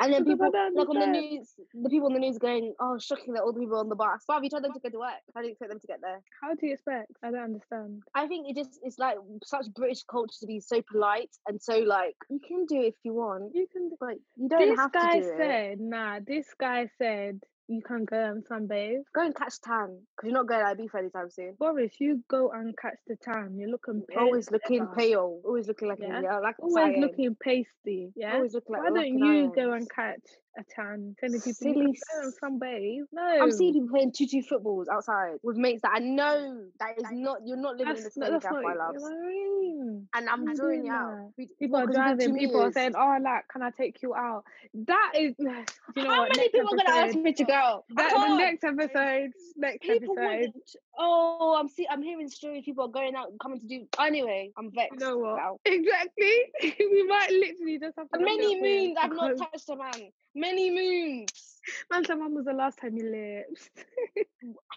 Speaker 1: And then
Speaker 2: Because I
Speaker 1: people
Speaker 2: don't
Speaker 1: like on the
Speaker 2: understand.
Speaker 1: news, the people on the news going, "Oh, shocking that all the people on the bus." Why have you told them to get to work? How do you expect them to get there?
Speaker 2: How do you expect? I don't understand.
Speaker 1: I think it just it's like such British culture to be so polite and so like you can do it if you want,
Speaker 2: You can.
Speaker 1: but you don't
Speaker 2: This
Speaker 1: have to
Speaker 2: guy
Speaker 1: do it.
Speaker 2: said, "Nah." This guy said you can go and sunbathe.
Speaker 1: Go and catch tan because you're not going to Ibiza anytime soon.
Speaker 2: Boris, you go and catch the tan. You're looking pale.
Speaker 1: always
Speaker 2: as
Speaker 1: looking
Speaker 2: ever.
Speaker 1: pale, always looking like
Speaker 2: Yeah.
Speaker 1: a yeah, like
Speaker 2: Always
Speaker 1: cyan,
Speaker 2: looking pasty. Yeah.
Speaker 1: always looking like.
Speaker 2: Why don't
Speaker 1: looking
Speaker 2: you go
Speaker 1: irons.
Speaker 2: and catch a tan? Telling people you can
Speaker 1: Silly
Speaker 2: go and
Speaker 1: s-
Speaker 2: sunbathe. No.
Speaker 1: I'm seeing people playing tutu footballs outside with mates that I know that is not you're not living in the
Speaker 2: That's not,
Speaker 1: same
Speaker 2: that's
Speaker 1: gap,
Speaker 2: not
Speaker 1: my
Speaker 2: you know
Speaker 1: loves.
Speaker 2: what I mean?
Speaker 1: And I'm
Speaker 2: I'm
Speaker 1: drawing
Speaker 2: doing
Speaker 1: you out.
Speaker 2: that.
Speaker 1: We-
Speaker 2: People
Speaker 1: well,
Speaker 2: are
Speaker 1: 'cause we do
Speaker 2: driving,
Speaker 1: two
Speaker 2: people are
Speaker 1: meters.
Speaker 2: saying, Oh like, can I take you out? That is do you know
Speaker 1: How
Speaker 2: what?
Speaker 1: many
Speaker 2: Next
Speaker 1: people are gonna ask
Speaker 2: episode.
Speaker 1: me to go? out? I
Speaker 2: That, the
Speaker 1: can't.
Speaker 2: next episode. Next
Speaker 1: people
Speaker 2: episode.
Speaker 1: wouldn't. Oh, I'm see. I'm hearing stories. People are going out and coming to do. Anyway, I'm
Speaker 2: You
Speaker 1: vexed.
Speaker 2: know what?
Speaker 1: now.
Speaker 2: Exactly. we might literally just have to end
Speaker 1: Many
Speaker 2: up here
Speaker 1: moons I've not
Speaker 2: because-
Speaker 1: touched a man. Many moons.
Speaker 2: Man, said, when was the last time you lips?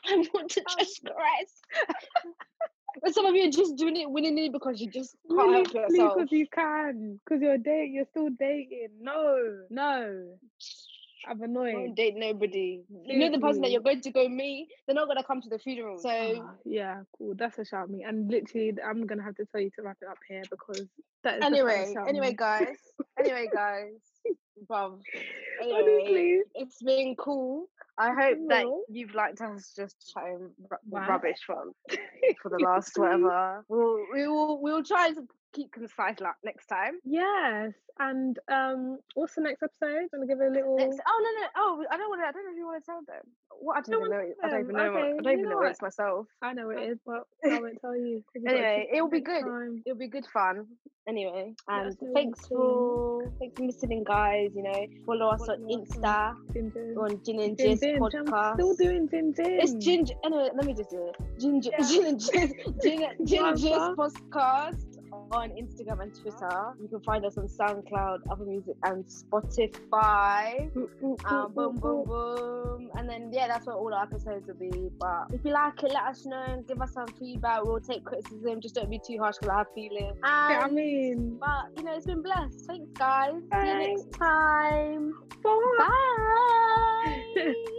Speaker 1: I want
Speaker 2: Um
Speaker 1: to just Christ. but some of you are just doing it willingly because you just can't help yourself.
Speaker 2: because you can, because you're dating, you're still dating. No, no, I'm
Speaker 1: Don't
Speaker 2: annoyed.
Speaker 1: date nobody. You know the person that
Speaker 2: Seriously.
Speaker 1: you're going to go meet. They're not gonna come to the funeral. So
Speaker 2: Ah, yeah, cool. That's a shout me. And literally, th- I'm gonna have to tell you to wrap it up here because that is
Speaker 1: anyway,
Speaker 2: the first shout
Speaker 1: anyway,
Speaker 2: me.
Speaker 1: guys. Anyway, guys. Bruv. Anyway.
Speaker 2: Honestly,
Speaker 1: it's been cool. I hope that
Speaker 2: Well.
Speaker 1: you've liked us just chatting ru-
Speaker 2: Wow.
Speaker 1: rubbish for for the last whatever. We'll we will we will try to keep concise like next time.
Speaker 2: yes. And um, what's the next episode? I'm gonna give it a little.
Speaker 1: Next, oh no no oh I don't want to I don't know if you want to tell them. What I
Speaker 2: Don't
Speaker 1: don't even
Speaker 2: wanna
Speaker 1: know.
Speaker 2: tell
Speaker 1: I don't
Speaker 2: them.
Speaker 1: even know. what- I
Speaker 2: Okay,
Speaker 1: don't
Speaker 2: you
Speaker 1: even
Speaker 2: know
Speaker 1: know what
Speaker 2: what?
Speaker 1: it's myself.
Speaker 2: I know it is, but I won't tell you. 'cause we've got to
Speaker 1: Anyway,
Speaker 2: keep
Speaker 1: it will be
Speaker 2: next
Speaker 1: good.
Speaker 2: time.
Speaker 1: It'll be good fun. Anyway,
Speaker 2: Let
Speaker 1: and
Speaker 2: us know what you
Speaker 1: thanks
Speaker 2: think.
Speaker 1: for thanks for listening, guys. You know, follow us
Speaker 2: Follow
Speaker 1: on
Speaker 2: us on
Speaker 1: Insta
Speaker 2: Ginger.
Speaker 1: on Gin and
Speaker 2: Gin
Speaker 1: Jizz
Speaker 2: Gin. I'm
Speaker 1: podcast.
Speaker 2: still doing Gin Gin.
Speaker 1: It's ginger. Anyway, let me just do it. Ginger,
Speaker 2: Hmm. Yeah.
Speaker 1: gin and ginger, ginger, ginger's
Speaker 2: Whatever.
Speaker 1: podcast on Instagram and Twitter. You can find us on SoundCloud, Apple Music, and Spotify.
Speaker 2: Ooh, ooh,
Speaker 1: Um,
Speaker 2: ooh,
Speaker 1: boom,
Speaker 2: ooh,
Speaker 1: boom,
Speaker 2: ooh.
Speaker 1: boom, and then yeah, that's what all our episodes will be. But if you like it, let us know. Give us some feedback. We'll take criticism. Just don't be too harsh because I have feelings.
Speaker 2: Yeah, I
Speaker 1: And
Speaker 2: mean,
Speaker 1: but you know, it's been blessed. Thanks, guys. See you
Speaker 2: Bye.
Speaker 1: next time.
Speaker 2: bye.
Speaker 1: Bye.